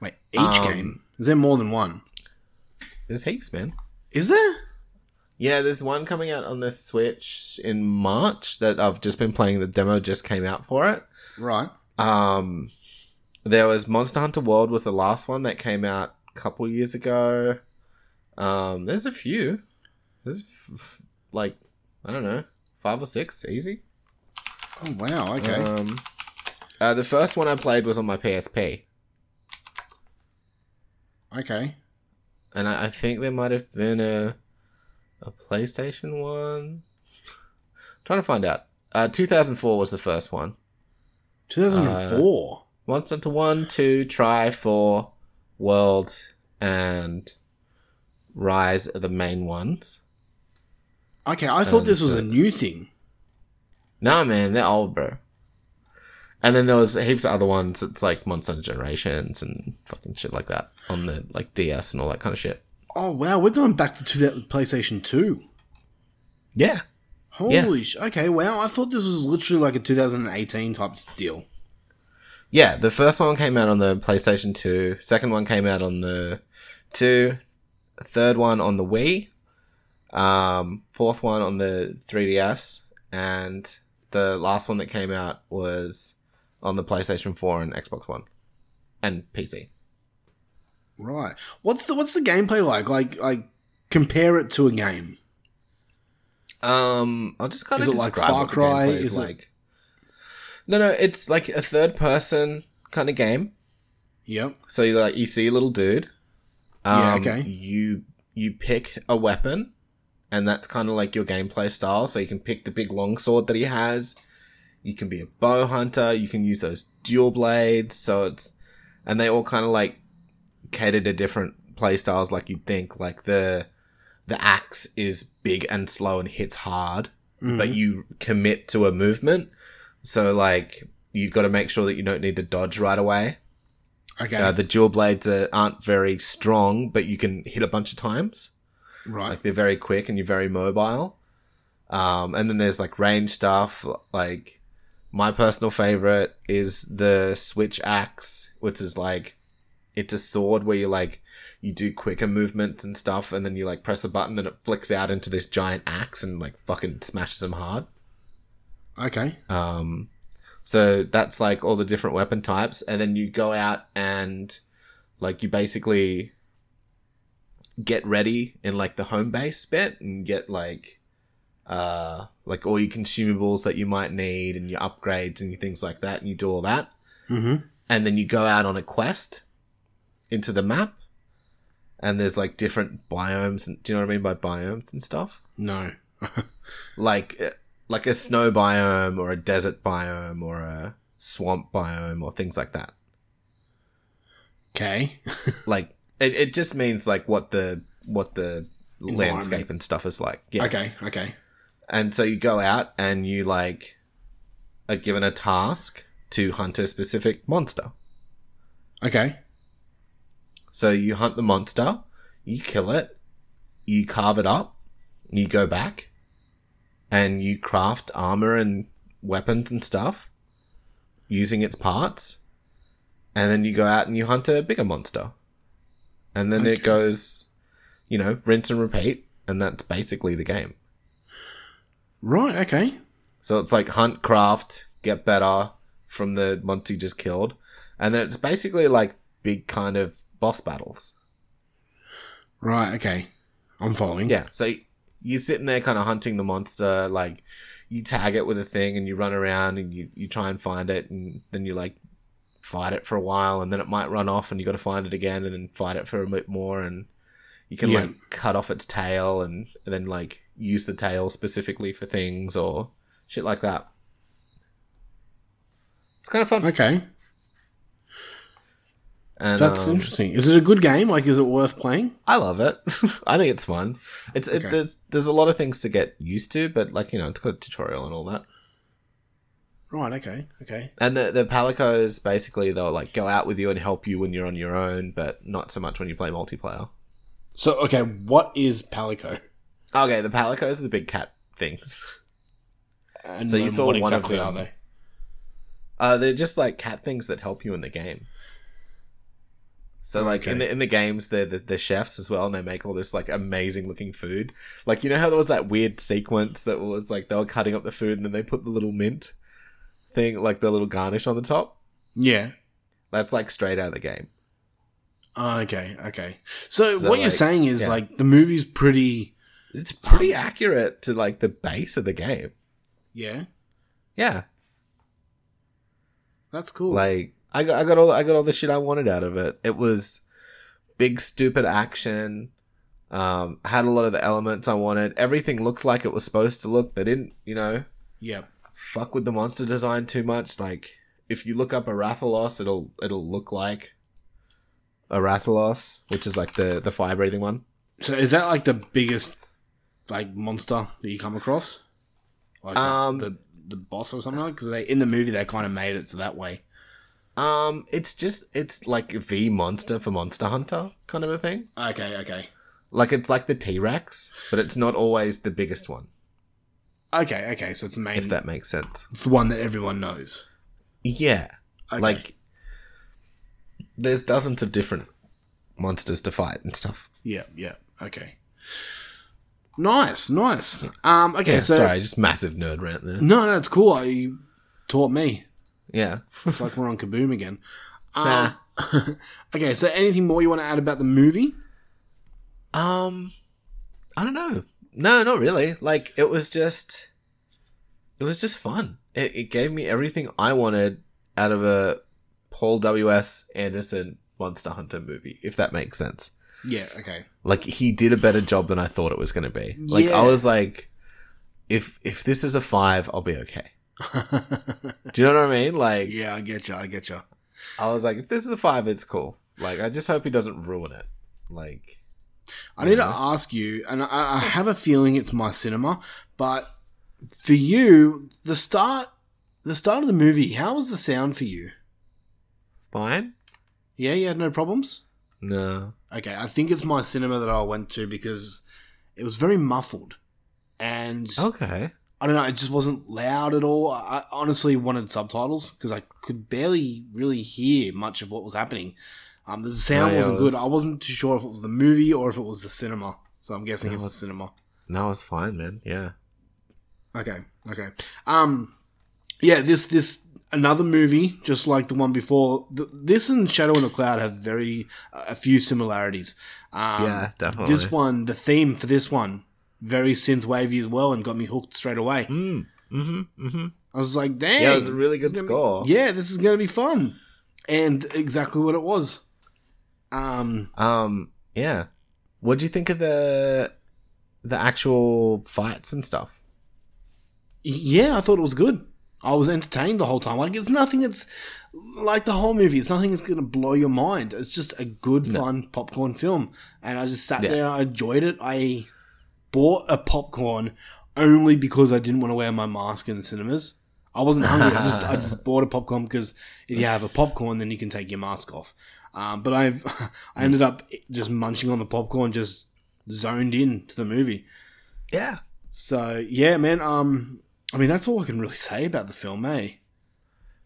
S1: Wait, each
S2: Um,
S1: game is there more than one?
S2: There's heaps, man.
S1: Is there?
S2: Yeah, there's one coming out on the Switch in March that I've just been playing. The demo just came out for it.
S1: Right.
S2: Um, there was Monster Hunter World was the last one that came out a couple years ago. Um, there's a few. There's f- f- like I don't know, five or six, easy.
S1: Oh wow. Okay.
S2: Um, uh, the first one I played was on my PSP,
S1: okay.
S2: and I, I think there might have been a a PlayStation one. trying to find out. Uh, 2004 was the first one.
S1: 2004.
S2: Once into one, two, try, four, world, and rise are the main ones.
S1: Uh, okay, I thought this was a new thing.
S2: Nah, man, they're old, bro. And then there was heaps of other ones. It's like Monster Hunter Generations and fucking shit like that on the like DS and all that kind of shit.
S1: Oh wow, we're going back to 2000 PlayStation 2.
S2: Yeah,
S1: Holy sh! Okay, wow. I thought this was literally like a 2018 type deal.
S2: yeah. The first one came out on the PlayStation Two. Second one came out on the Two. Third one on the Wii. Um, fourth one on the 3DS, and the last one that came out was on the PlayStation Four and Xbox One, and PC.
S1: Right. What's the What's the gameplay like? Like like compare it to a game.
S2: Um, I'll just kind of
S1: Is it like
S2: describe
S1: Far
S2: what the
S1: Cry?
S2: gameplay is
S1: Is it-
S2: like. No, no, it's like a third person kind of game.
S1: Yep.
S2: So you like you see a little dude. Um,
S1: Yeah, okay.
S2: You you pick a weapon, and that's kind of like your gameplay style. So you can pick the big longsword that he has. You can be a bow hunter. You can use those dual blades. So it's and they all kind of like cater to different play styles, like you'd think. Like the the axe is big and slow and hits hard,
S1: Mm-hmm.
S2: but you commit to a movement. So like you've got to make sure that you don't need to dodge right away.
S1: Okay.
S2: Uh, the dual blades are, aren't very strong, but you can hit a bunch of times.
S1: right.
S2: Like they're very quick and you're very mobile. Um, and then there's like range stuff. Like my personal favorite is the switch axe, which is like it's a sword where you like you do quicker movements and stuff, and then you like press a button and it flicks out into this giant axe and like fucking smashes them hard.
S1: okay.
S2: Um, so that's like all the different weapon types, and then you go out and like you basically get ready in like the home base bit and get like uh like all your consumables that you might need and your upgrades and your things like that, and you do all that,
S1: Mm-hmm.
S2: and then you go out on a quest into the map, and there's like different biomes, and do you know what I mean by biomes and stuff?
S1: No.
S2: like uh, like a snow biome or a desert biome or a swamp biome or things like that.
S1: Okay.
S2: Like it, it just means like what the what the
S1: Environment.
S2: landscape and stuff is like. Yeah.
S1: Okay. Okay.
S2: And so you go out and you like are given a task to hunt a specific monster.
S1: Okay.
S2: So you hunt the monster, you kill it, you carve it up, you go back, and you craft armor and weapons and stuff using its parts, and then you go out and you hunt a bigger monster. And then it goes, you know, rinse and repeat, and that's basically the game.
S1: Right. Okay.
S2: So it's like hunt, craft, get better from the monster you just killed. And then it's basically like big kind of boss battles.
S1: Right, okay. I'm following.
S2: Yeah. So you're sitting there kind of hunting the monster, like you tag it with a thing and you run around and you, you try and find it and then you like fight it for a while and then it might run off and you got to find it again and then fight it for a bit more and you can
S1: Yeah.
S2: like cut off its tail and, and then like use the tail specifically for things or shit like that. It's kind of fun.
S1: Okay.
S2: And,
S1: That's
S2: um,
S1: interesting. Is it a good game? Like, is it worth playing?
S2: I love it. I think it's fun. It's
S1: Okay.
S2: it, there's there's a lot of things to get used to, but like you know, it's got a tutorial and all that.
S1: Right, okay, okay.
S2: And the the palicos basically they'll like go out with you and help you when you're on your own, but not so much when you play multiplayer.
S1: So, okay, what is Palico?
S2: Okay, the palicos are the big cat things.
S1: And
S2: so you
S1: um,
S2: saw
S1: what
S2: one
S1: exactly
S2: of
S1: are
S2: them.
S1: they?
S2: Uh, they're just like cat things that help you in the game. So like in
S1: Okay.
S2: the in the games, they're the, the chefs as well, and they make all this like amazing looking food. Like you know how there was that weird sequence that was like they were cutting up the food, and then they put the little mint thing, like the little garnish on the top.
S1: Yeah.
S2: That's like straight out of the game.
S1: Oh, okay, okay. So,
S2: So,
S1: what you're
S2: like,
S1: saying is,
S2: yeah.
S1: like, the movie's pretty.
S2: It's pretty accurate to like the base of the game.
S1: Yeah.
S2: Yeah,
S1: That's cool.
S2: Like I got, I got all I got all the shit I wanted out of it. It was big stupid action. Um, had a lot of the elements I wanted. Everything looked like it was supposed to look. They didn't, you know,
S1: yeah.
S2: fuck with the monster design too much. Like if you look up Arathalos, it'll it'll look like Arathalos, which is like the the fire breathing one.
S1: So, is that, like, the biggest, like, monster that you come across? Like, the-
S2: Um,
S1: the, the boss or something like Because they in the movie, they kind of made it to that way.
S2: Um, it's just it's like the monster for Monster Hunter kind of a thing.
S1: Okay, okay.
S2: Like it's like the T Rex, but it's not always the biggest one.
S1: Okay, okay. So, it's the main.
S2: If that makes sense.
S1: It's the one that everyone knows.
S2: Yeah.
S1: Okay.
S2: Like there's dozens of different monsters to fight and stuff.
S1: Yeah, yeah. Okay. Nice, nice. Um, okay,
S2: yeah,
S1: so
S2: sorry, just massive nerd rant there.
S1: no, no, it's cool. You taught me.
S2: Yeah.
S1: It's like we're on Kaboom again. Um, okay, so anything more you want to add about the movie?
S2: Um I don't know. No, not really. Like it was just it was just fun. It, it gave me everything I wanted out of a Paul W.S. Anderson Monster Hunter movie, if that makes sense.
S1: Yeah. Okay.
S2: like he did a better job than I thought it was going to be. Like
S1: Yeah.
S2: I was like, if if this is a five, I'll be okay. Do you know what I mean? Like
S1: Yeah, I get you. I get you.
S2: I was like, if this is a five, it's cool. Like I just hope he doesn't ruin it. Like
S1: I need to
S2: Mm-hmm.
S1: ask you, and I, I have a feeling it's my cinema, but for you, the start, the start of the movie, how was the sound for you?
S2: fine.
S1: Yeah, you had no problems.
S2: No.
S1: Okay, I think it's my cinema that I went to because it was very muffled, and
S2: Okay.
S1: I don't know, it just wasn't loud at all. I I honestly wanted subtitles because I could barely really hear much of what was happening. Um, the sound
S2: yeah,
S1: wasn't
S2: it
S1: good.
S2: was-
S1: I wasn't too sure if it was the movie or if it was the cinema, so I'm guessing it's the cinema.
S2: No, it's fine, man. Yeah.
S1: Okay, okay. Um, yeah, this this another movie just like the one before. Th- this and Shadow in the Cloud have very uh, a few similarities. Um,
S2: Yeah, definitely.
S1: This one, the theme for this one, very synth wavy as well, and got me hooked straight away.
S2: Mm. Mm-hmm. Mm-hmm.
S1: I was like, "Dang,
S2: Yeah, it was a really
S1: this
S2: good
S1: is gonna
S2: score.
S1: Be, yeah, this is gonna be fun," and exactly what it was. Um,
S2: Um. Yeah. What do you think of the the actual fights and stuff?
S1: yeah, I thought it was good. I was entertained the whole time. Like it's nothing. It's like the whole movie. It's nothing that's gonna blow your mind. It's just a good, fun popcorn film. And I just sat
S2: Yeah.
S1: there. and I enjoyed it. I bought a popcorn only because I didn't want to wear my mask in the cinemas. I wasn't hungry. I just I just bought a popcorn because if you have a popcorn, then you can take your mask off. Um, but I've I ended up just munching on the popcorn, just zoned in to the movie.
S2: Yeah.
S1: So yeah, man. Um, I mean that's all I can really say about the film, eh?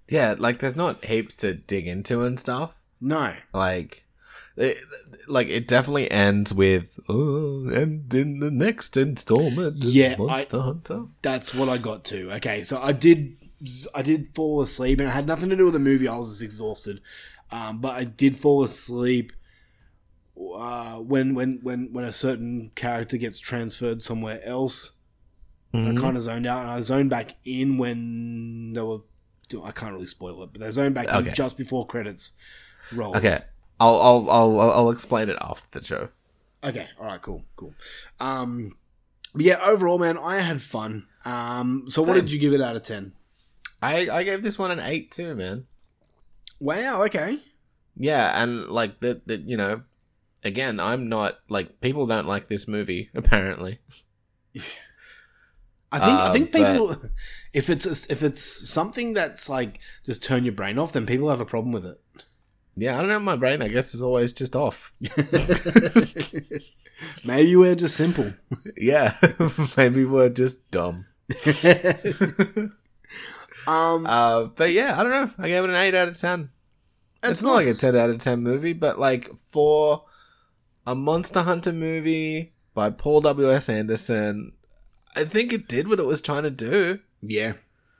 S2: Yeah. Like, there's not heaps to dig into and stuff.
S1: No.
S2: like it, like it definitely ends with oh, and in the next installment of
S1: Yeah, I-
S2: monster hunter
S1: That's what I got to. Okay, so I did I did fall asleep, and it had nothing to do with the movie. I was just exhausted, um, but I did fall asleep uh, when when when when a certain character gets transferred somewhere else. I
S16: Mhm.
S2: Mm-hmm.
S1: kind of zoned out, and I zoned back in when they were. I can't really spoil it, but they zoned back
S2: Okay.
S1: in just before credits roll.
S2: Okay, I'll I'll I'll I'll- I'll explain it after the show.
S1: Okay. All right. Cool. Cool. Um, but yeah. Overall, man, I had fun. Um, so what
S2: Same.
S1: did you give it out of ten?
S2: I I gave this one an eight too, man.
S1: Wow. Okay.
S2: Yeah, and like that that you know, again, I'm not like people don't like this movie apparently.
S1: I think I
S2: Uh,
S1: think
S2: but-
S1: people, if it's if it's something that's like just turn your brain off, then people have a problem with it.
S2: Yeah, I don't know. My brain, I guess, is always just off.
S1: Maybe we're just simple.
S2: yeah, maybe we're just dumb.
S1: um,
S2: uh, but yeah, I don't know. I gave it an eight out of ten.
S1: That's
S2: it's not like a
S1: nice.
S2: ten out of ten movie, but like for a Monster Hunter movie by Paul W S Anderson, I think it did what it was trying to do.
S1: Yeah,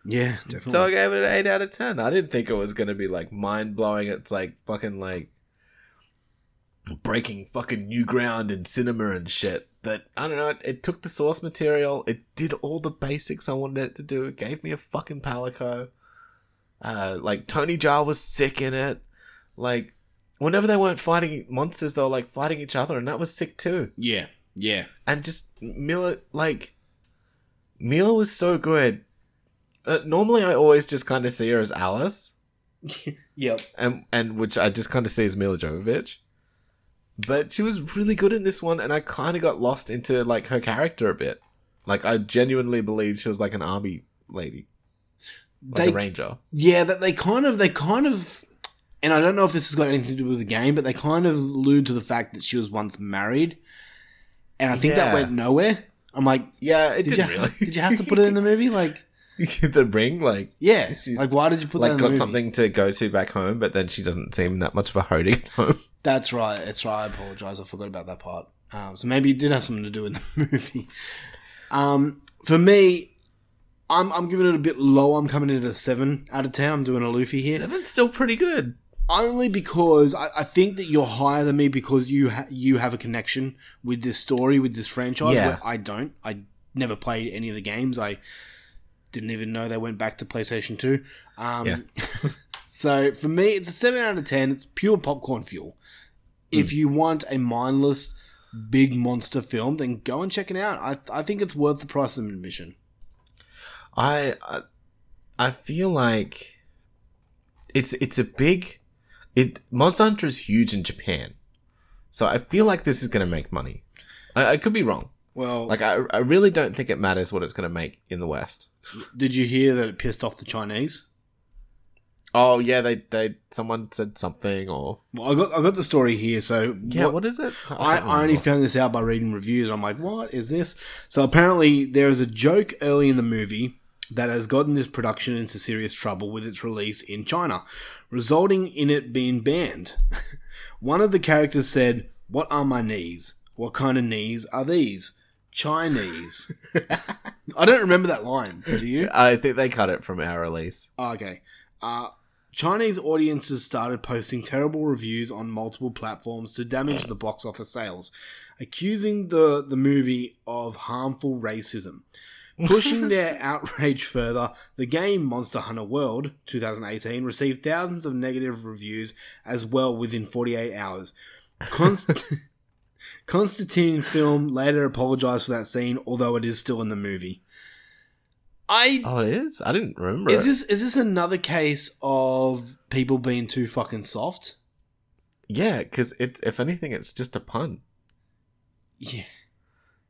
S1: yeah, definitely.
S2: So I gave it an eight out of ten. I didn't think it was gonna be like mind blowing. It's like fucking like breaking fucking new ground in cinema and shit. But I don't know. It, it took the source material. It did all the basics I wanted it to do. It gave me a fucking palico. Uh, like Tony Jaa was sick in it. Like whenever they weren't fighting monsters, they were like fighting each other, and that was sick too.
S1: yeah, yeah.
S2: And just Miller, like Mila was so good. Uh, normally, I always just kind of see her as Alice,
S1: Yep.
S2: and and which I just kind of see as Mila Jovovich. But she was really good in this one, and I kind of got lost into like her character a bit. Like I genuinely believed she was like an army lady, like
S1: They-
S2: a ranger.
S1: Yeah, that they kind of they kind of and I don't know if this has got anything to do with the game, but they kind of allude to the fact that she was once married. And I think that
S2: Yeah.
S1: went nowhere. I'm like,
S2: yeah, it
S1: did
S2: didn't
S1: you,
S2: really.
S1: Did you have to put it in the movie? Like,
S2: the ring, like
S1: yeah,
S2: she's
S1: like why did you put
S2: like
S1: that in
S2: got
S1: the movie?
S2: something to go to back home, but then she doesn't seem that much of a holding at home.
S1: That's right. That's right. I apologize. I forgot about that part. Um, so maybe it did have something to do with the movie. Um, for me, I'm I'm giving it a bit low. I'm coming in at a seven out of ten. I'm doing a Luffy here.
S2: Seven's still pretty good.
S1: Only because I, I think that you're higher than me because you ha- you have a connection with this story with this franchise.
S2: Yeah.
S1: Where I don't. I never played any of the games. I didn't even know they went back to PlayStation Two. Um,
S2: Yeah.
S1: so for me, it's a seven out of ten. It's pure popcorn fuel.
S2: Hmm.
S1: If you want a mindless big monster film, then go and check it out. I I think it's worth the price of admission.
S2: I I- I feel like it's it's a big it Monster Hunter is huge in Japan, so I feel like this is going to make money. I, I could be wrong.
S1: Well,
S2: Like I I really don't think it matters what it's going to make in the West.
S1: did you hear that it pissed off the Chinese?
S2: Oh yeah, they they someone said something or
S1: Well, I got I got the story here. So
S2: yeah, what is it?
S1: I,
S2: can't
S1: I only
S2: remember.
S1: found this out by reading reviews. I'm like, what is this? So apparently, there is a joke early in the movie that has gotten this production into serious trouble with its release in China, resulting in it being banned. One of the characters said, "What are my knees? What kind of knees are these? Chinese." I don't remember that line. Do you?
S2: I think they cut it from our release.
S1: Oh, okay. Uh, Chinese audiences started posting terrible reviews on multiple platforms to damage the box office sales, accusing the, the movie of harmful racism. Pushing their outrage further, the game Monster Hunter World 2018 received thousands of negative reviews as well within 48 hours. Const- Constantine film later apologized for that scene, although it is still in the movie. I
S2: Oh, it is. I didn't remember.
S1: Is
S2: it.
S1: this is this another case of people being too fucking soft?
S2: Yeah, because it's if anything, it's just a pun.
S1: Yeah.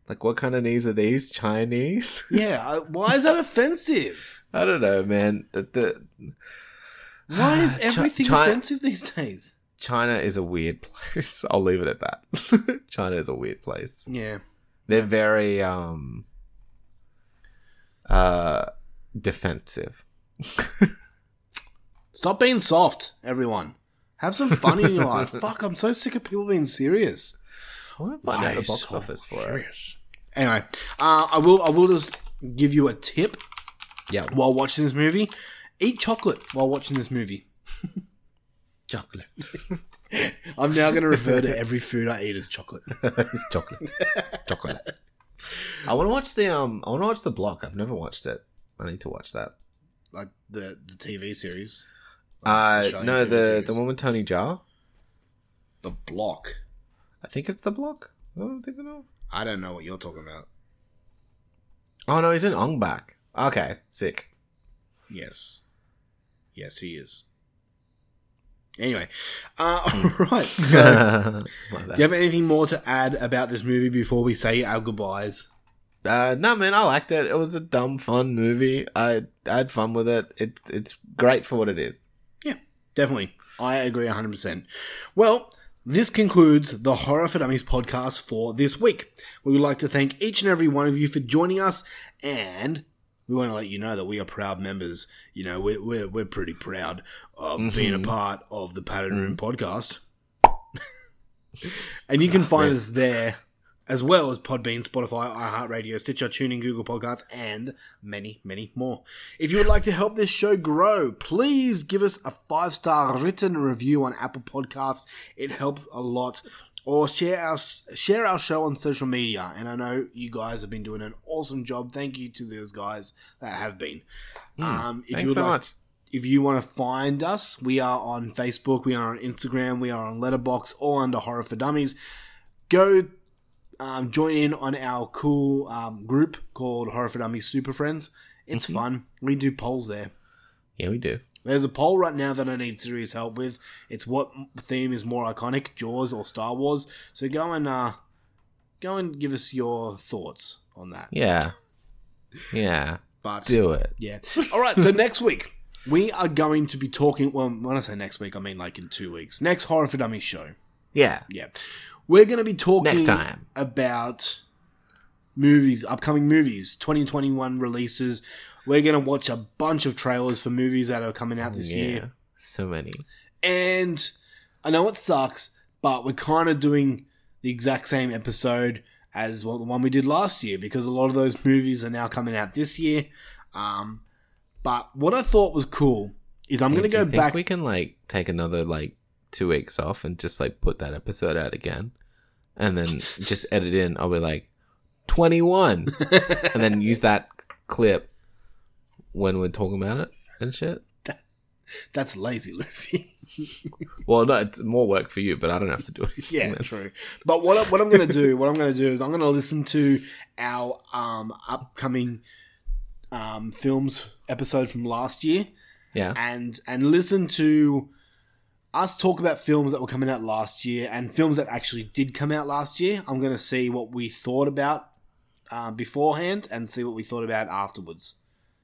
S2: Like, what kind of knees are these? Chinese?
S1: Yeah, I- why is that offensive?
S2: I don't know, man. The, the-
S1: Why is everything
S2: Chi-
S1: offensive these days?
S2: China is a weird place. I'll leave it at that. China is a weird place.
S1: Yeah.
S2: They're very um uh defensive.
S1: Stop being soft, everyone. Have some fun in your life. Fuck, I'm so sick of people being serious.
S2: I want to find out the box office for it.
S1: Anyway, uh, I will I will just give you a tip
S2: Yeah.
S1: While watching this movie, eat chocolate while watching this movie. chocolate. I'm now going to refer to every food I eat as chocolate.
S2: it's chocolate. chocolate. I want to watch the um. I want to watch the block. I've never watched it. I need to watch that.
S1: Like the the TV series.
S2: Uh, no, the the one with Tony Jaa.
S1: The block.
S2: I think it's the block. Is that what I'm thinking of?
S1: I don't know what you're talking about.
S2: Oh no, he's in Ong Bak. Okay, sick.
S1: Yes. Yes, he is. Anyway, uh, all right. So,
S2: Like
S1: do
S2: that.
S1: you have anything more to add about this movie before we say our goodbyes?
S2: Uh, no, man, I liked it. It was a dumb, fun movie. I I had fun with it. It's it's great for what it is.
S1: Definitely. I agree 100%. Well, this concludes the Horror for Dummies podcast for this week. We would like to thank each and every one of you for joining us, and we want to let you know that we are proud members. You know, we're, we're, we're pretty proud of being a
S2: Mhm.
S1: part of the Pattern Room podcast. and you can find us there. As well as Podbean, Spotify, iHeartRadio, Stitcher, TuneIn, Google Podcasts, and many, many more. If you would like to help this show grow, please give us a five star written review on Apple Podcasts. It helps a lot. Or share our share our show on social media. And I know you guys have been doing an awesome job. Thank you to those guys that have been. Um,
S2: Mm, thanks
S1: you would
S2: so
S1: like-
S2: much.
S1: If you want to find us, we are on Facebook, we are on Instagram, we are on Letterbox, all under Horror for Dummies. Go um, join in on our cool um, group called Horror for Dummies Super Friends. It's
S2: Mhm.
S1: fun. We do polls there.
S2: Yeah, we do.
S1: There's a poll right now that I need serious help with. It's what theme is more iconic, Jaws or Star Wars. So go and uh, go and give us your thoughts on that.
S2: Yeah, yeah.
S1: But-
S2: do it.
S1: Yeah. All right. So next week we are going to be talking. Well, when I say next week, I mean like in two weeks. Next horror for dummies show.
S2: Yeah.
S1: Yeah. We're going to be talking
S2: Next time.
S1: about movies, upcoming movies, 2021 releases. We're going to watch a bunch of trailers for movies that are coming out this
S2: yeah.
S1: year.
S2: So many.
S1: And I know it sucks, but we're kind of doing the exact same episode as well, the one we did last year because a lot of those movies are now coming out this year. Um, but what I thought was cool is I'm
S2: Hey,
S1: going
S2: do
S1: to
S2: you
S1: go
S2: think
S1: back.
S2: We can like take another like two weeks off and just like put that episode out again, and then just edit in. I'll be like twenty one, and then use that clip when we're talking about it and shit.
S1: That's lazy, Luffy.
S2: Well, no, it's more work for you, but I don't have to do it.
S1: Yeah, true. But what I, what I'm going to do, what I'm going to do is I'm going to listen to our um, upcoming um, films episode from last year,
S2: Yeah.
S1: and and listen to us talk about films that were coming out last year and films that actually did come out last year. I'm going to see what we thought about uh, beforehand and see what we thought about afterwards.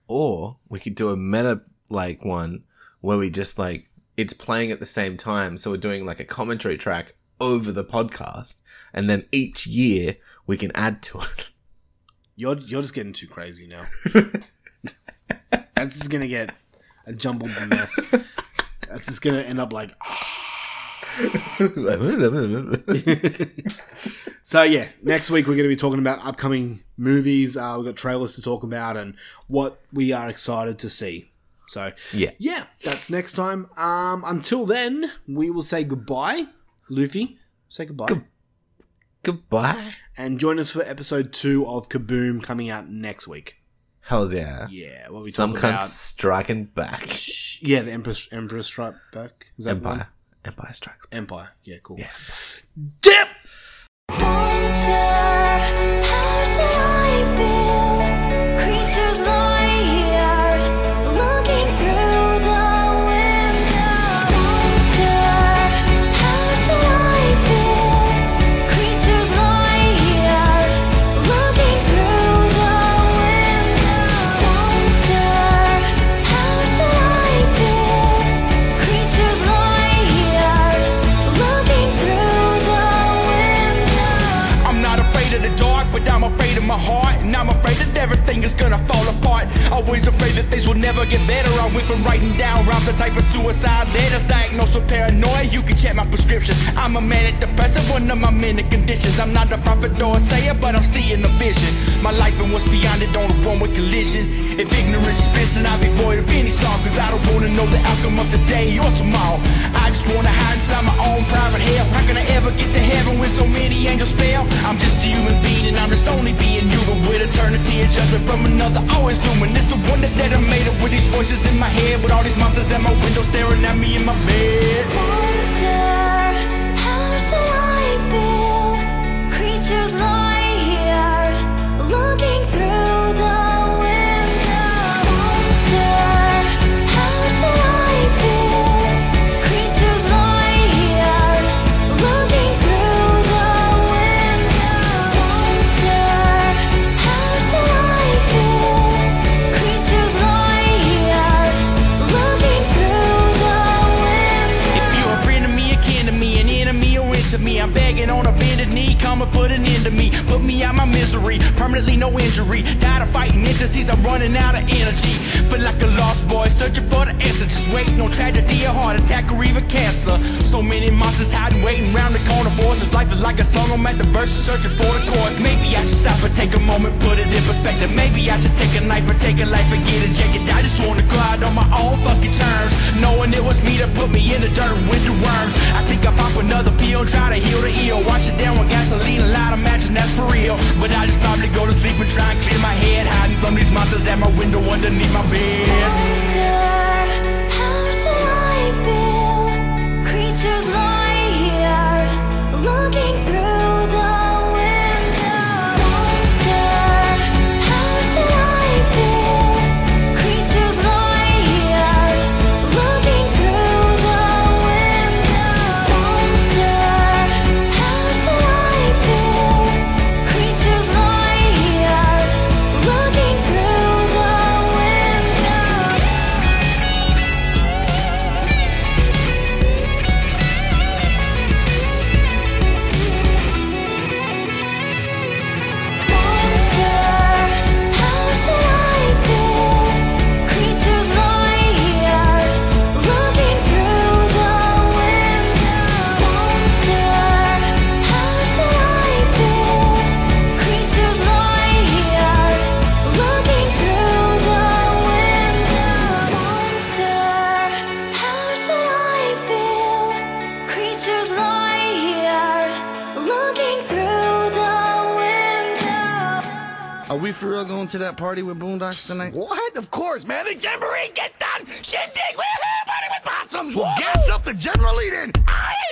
S2: Or we could do a meta like one where we just like it's playing at the same time, so we're doing like a commentary track over the podcast, and then each year we can add to it.
S1: You're you're just getting too crazy now. That's just going to get a jumbled mess. That's just going to end up like So yeah, next week we're going to be talking about upcoming movies. Uh, we've got trailers to talk about and what we are excited to see. So
S2: yeah.
S1: yeah, that's next time. Um, until then, we will say goodbye. Luffy, say goodbye.
S2: Goodbye.
S1: and join us for episode two of Kaboom coming out next week.
S2: Hells yeah.
S1: Yeah, what we
S2: Some
S1: talk
S2: cunts
S1: about-
S2: striking back.
S1: Yeah, the Empress Empress Strike Back. Is that the one?
S2: Empire. Empire strikes.
S1: Empire. Yeah, cool. Yeah.
S6: How should I feel? Creatures lie here, looking through the window. Monster, how should I feel? Creatures lie here, looking through the window. Monster, how should I feel? Creatures lie here, looking through the window.
S7: I'm not afraid of the dark, but I'm afraid of my heart. And I'm afraid that everything is gonna fall apart. I
S16: always afraid that things will never get better. I went from writing down rhymes the type of suicide letters, diagnosed with paranoia. You can check my prescription. I'm a manic depressive, one of my many conditions. I'm not a prophet or a sayer, but I'm seeing a vision. My life and what's beyond it on a one-way collision. If ignorance is missing, I'll be void of any song, cause I don't wanna know the outcome of today or tomorrow. I just wanna hide inside my own private hell. How can I ever get to heaven when so many angels fail? I'm just a human being, and I'm just only being human with eternity and judgment from another always looming. It's the wonder that I made it with these voices in my head, with all these monsters at my window staring at me in my bed.
S6: Monster, how should I feel? Creatures lie here, looking through the window. Monster, how should I feel? Creatures lie here, looking through the window. Monster, how should I feel? Creatures lie here, looking through the window.
S16: If you're a friend of me, a kin to me, an enemy or into me, I'm begging on a bended knee. Come and put an end to me. Put me out my misery. Permanently no injury. Tired of fighting entities, I'm running out of energy. Feel like a lost boy, searching for the answer. Just waiting on tragedy, a heart attack, or even cancer. So many monsters hiding, waiting round the corner for us. This life is like a song, I'm at the verse, searching for the chorus. Maybe I should stop and take a moment, put it in perspective. Maybe I should take a knife and take a life and get injected. I just wanna glide on my own fucking terms. Knowing it was me that put me in the dirt with the worms. I think I pop another pill, try to heal the ill. Wash it down with gasoline, a lot of matching, that's for real. But I just probably go to sleep and try and clear my head, hiding from these monsters at my window underneath my bed.
S6: Monster, how should I feel? Creatures lie here, looking through the window. Monster, how should I feel? Creatures lie here, looking through the window. Monster, how should I feel? Creatures lie here, looking through the window. Creatures lie here, looking through the window.
S17: Are we for real going to that party with Boondocks tonight? What? Of course, man. The jamboree get done. Shindig, woohoo, party with possums. We'll gas up the general lead-in. I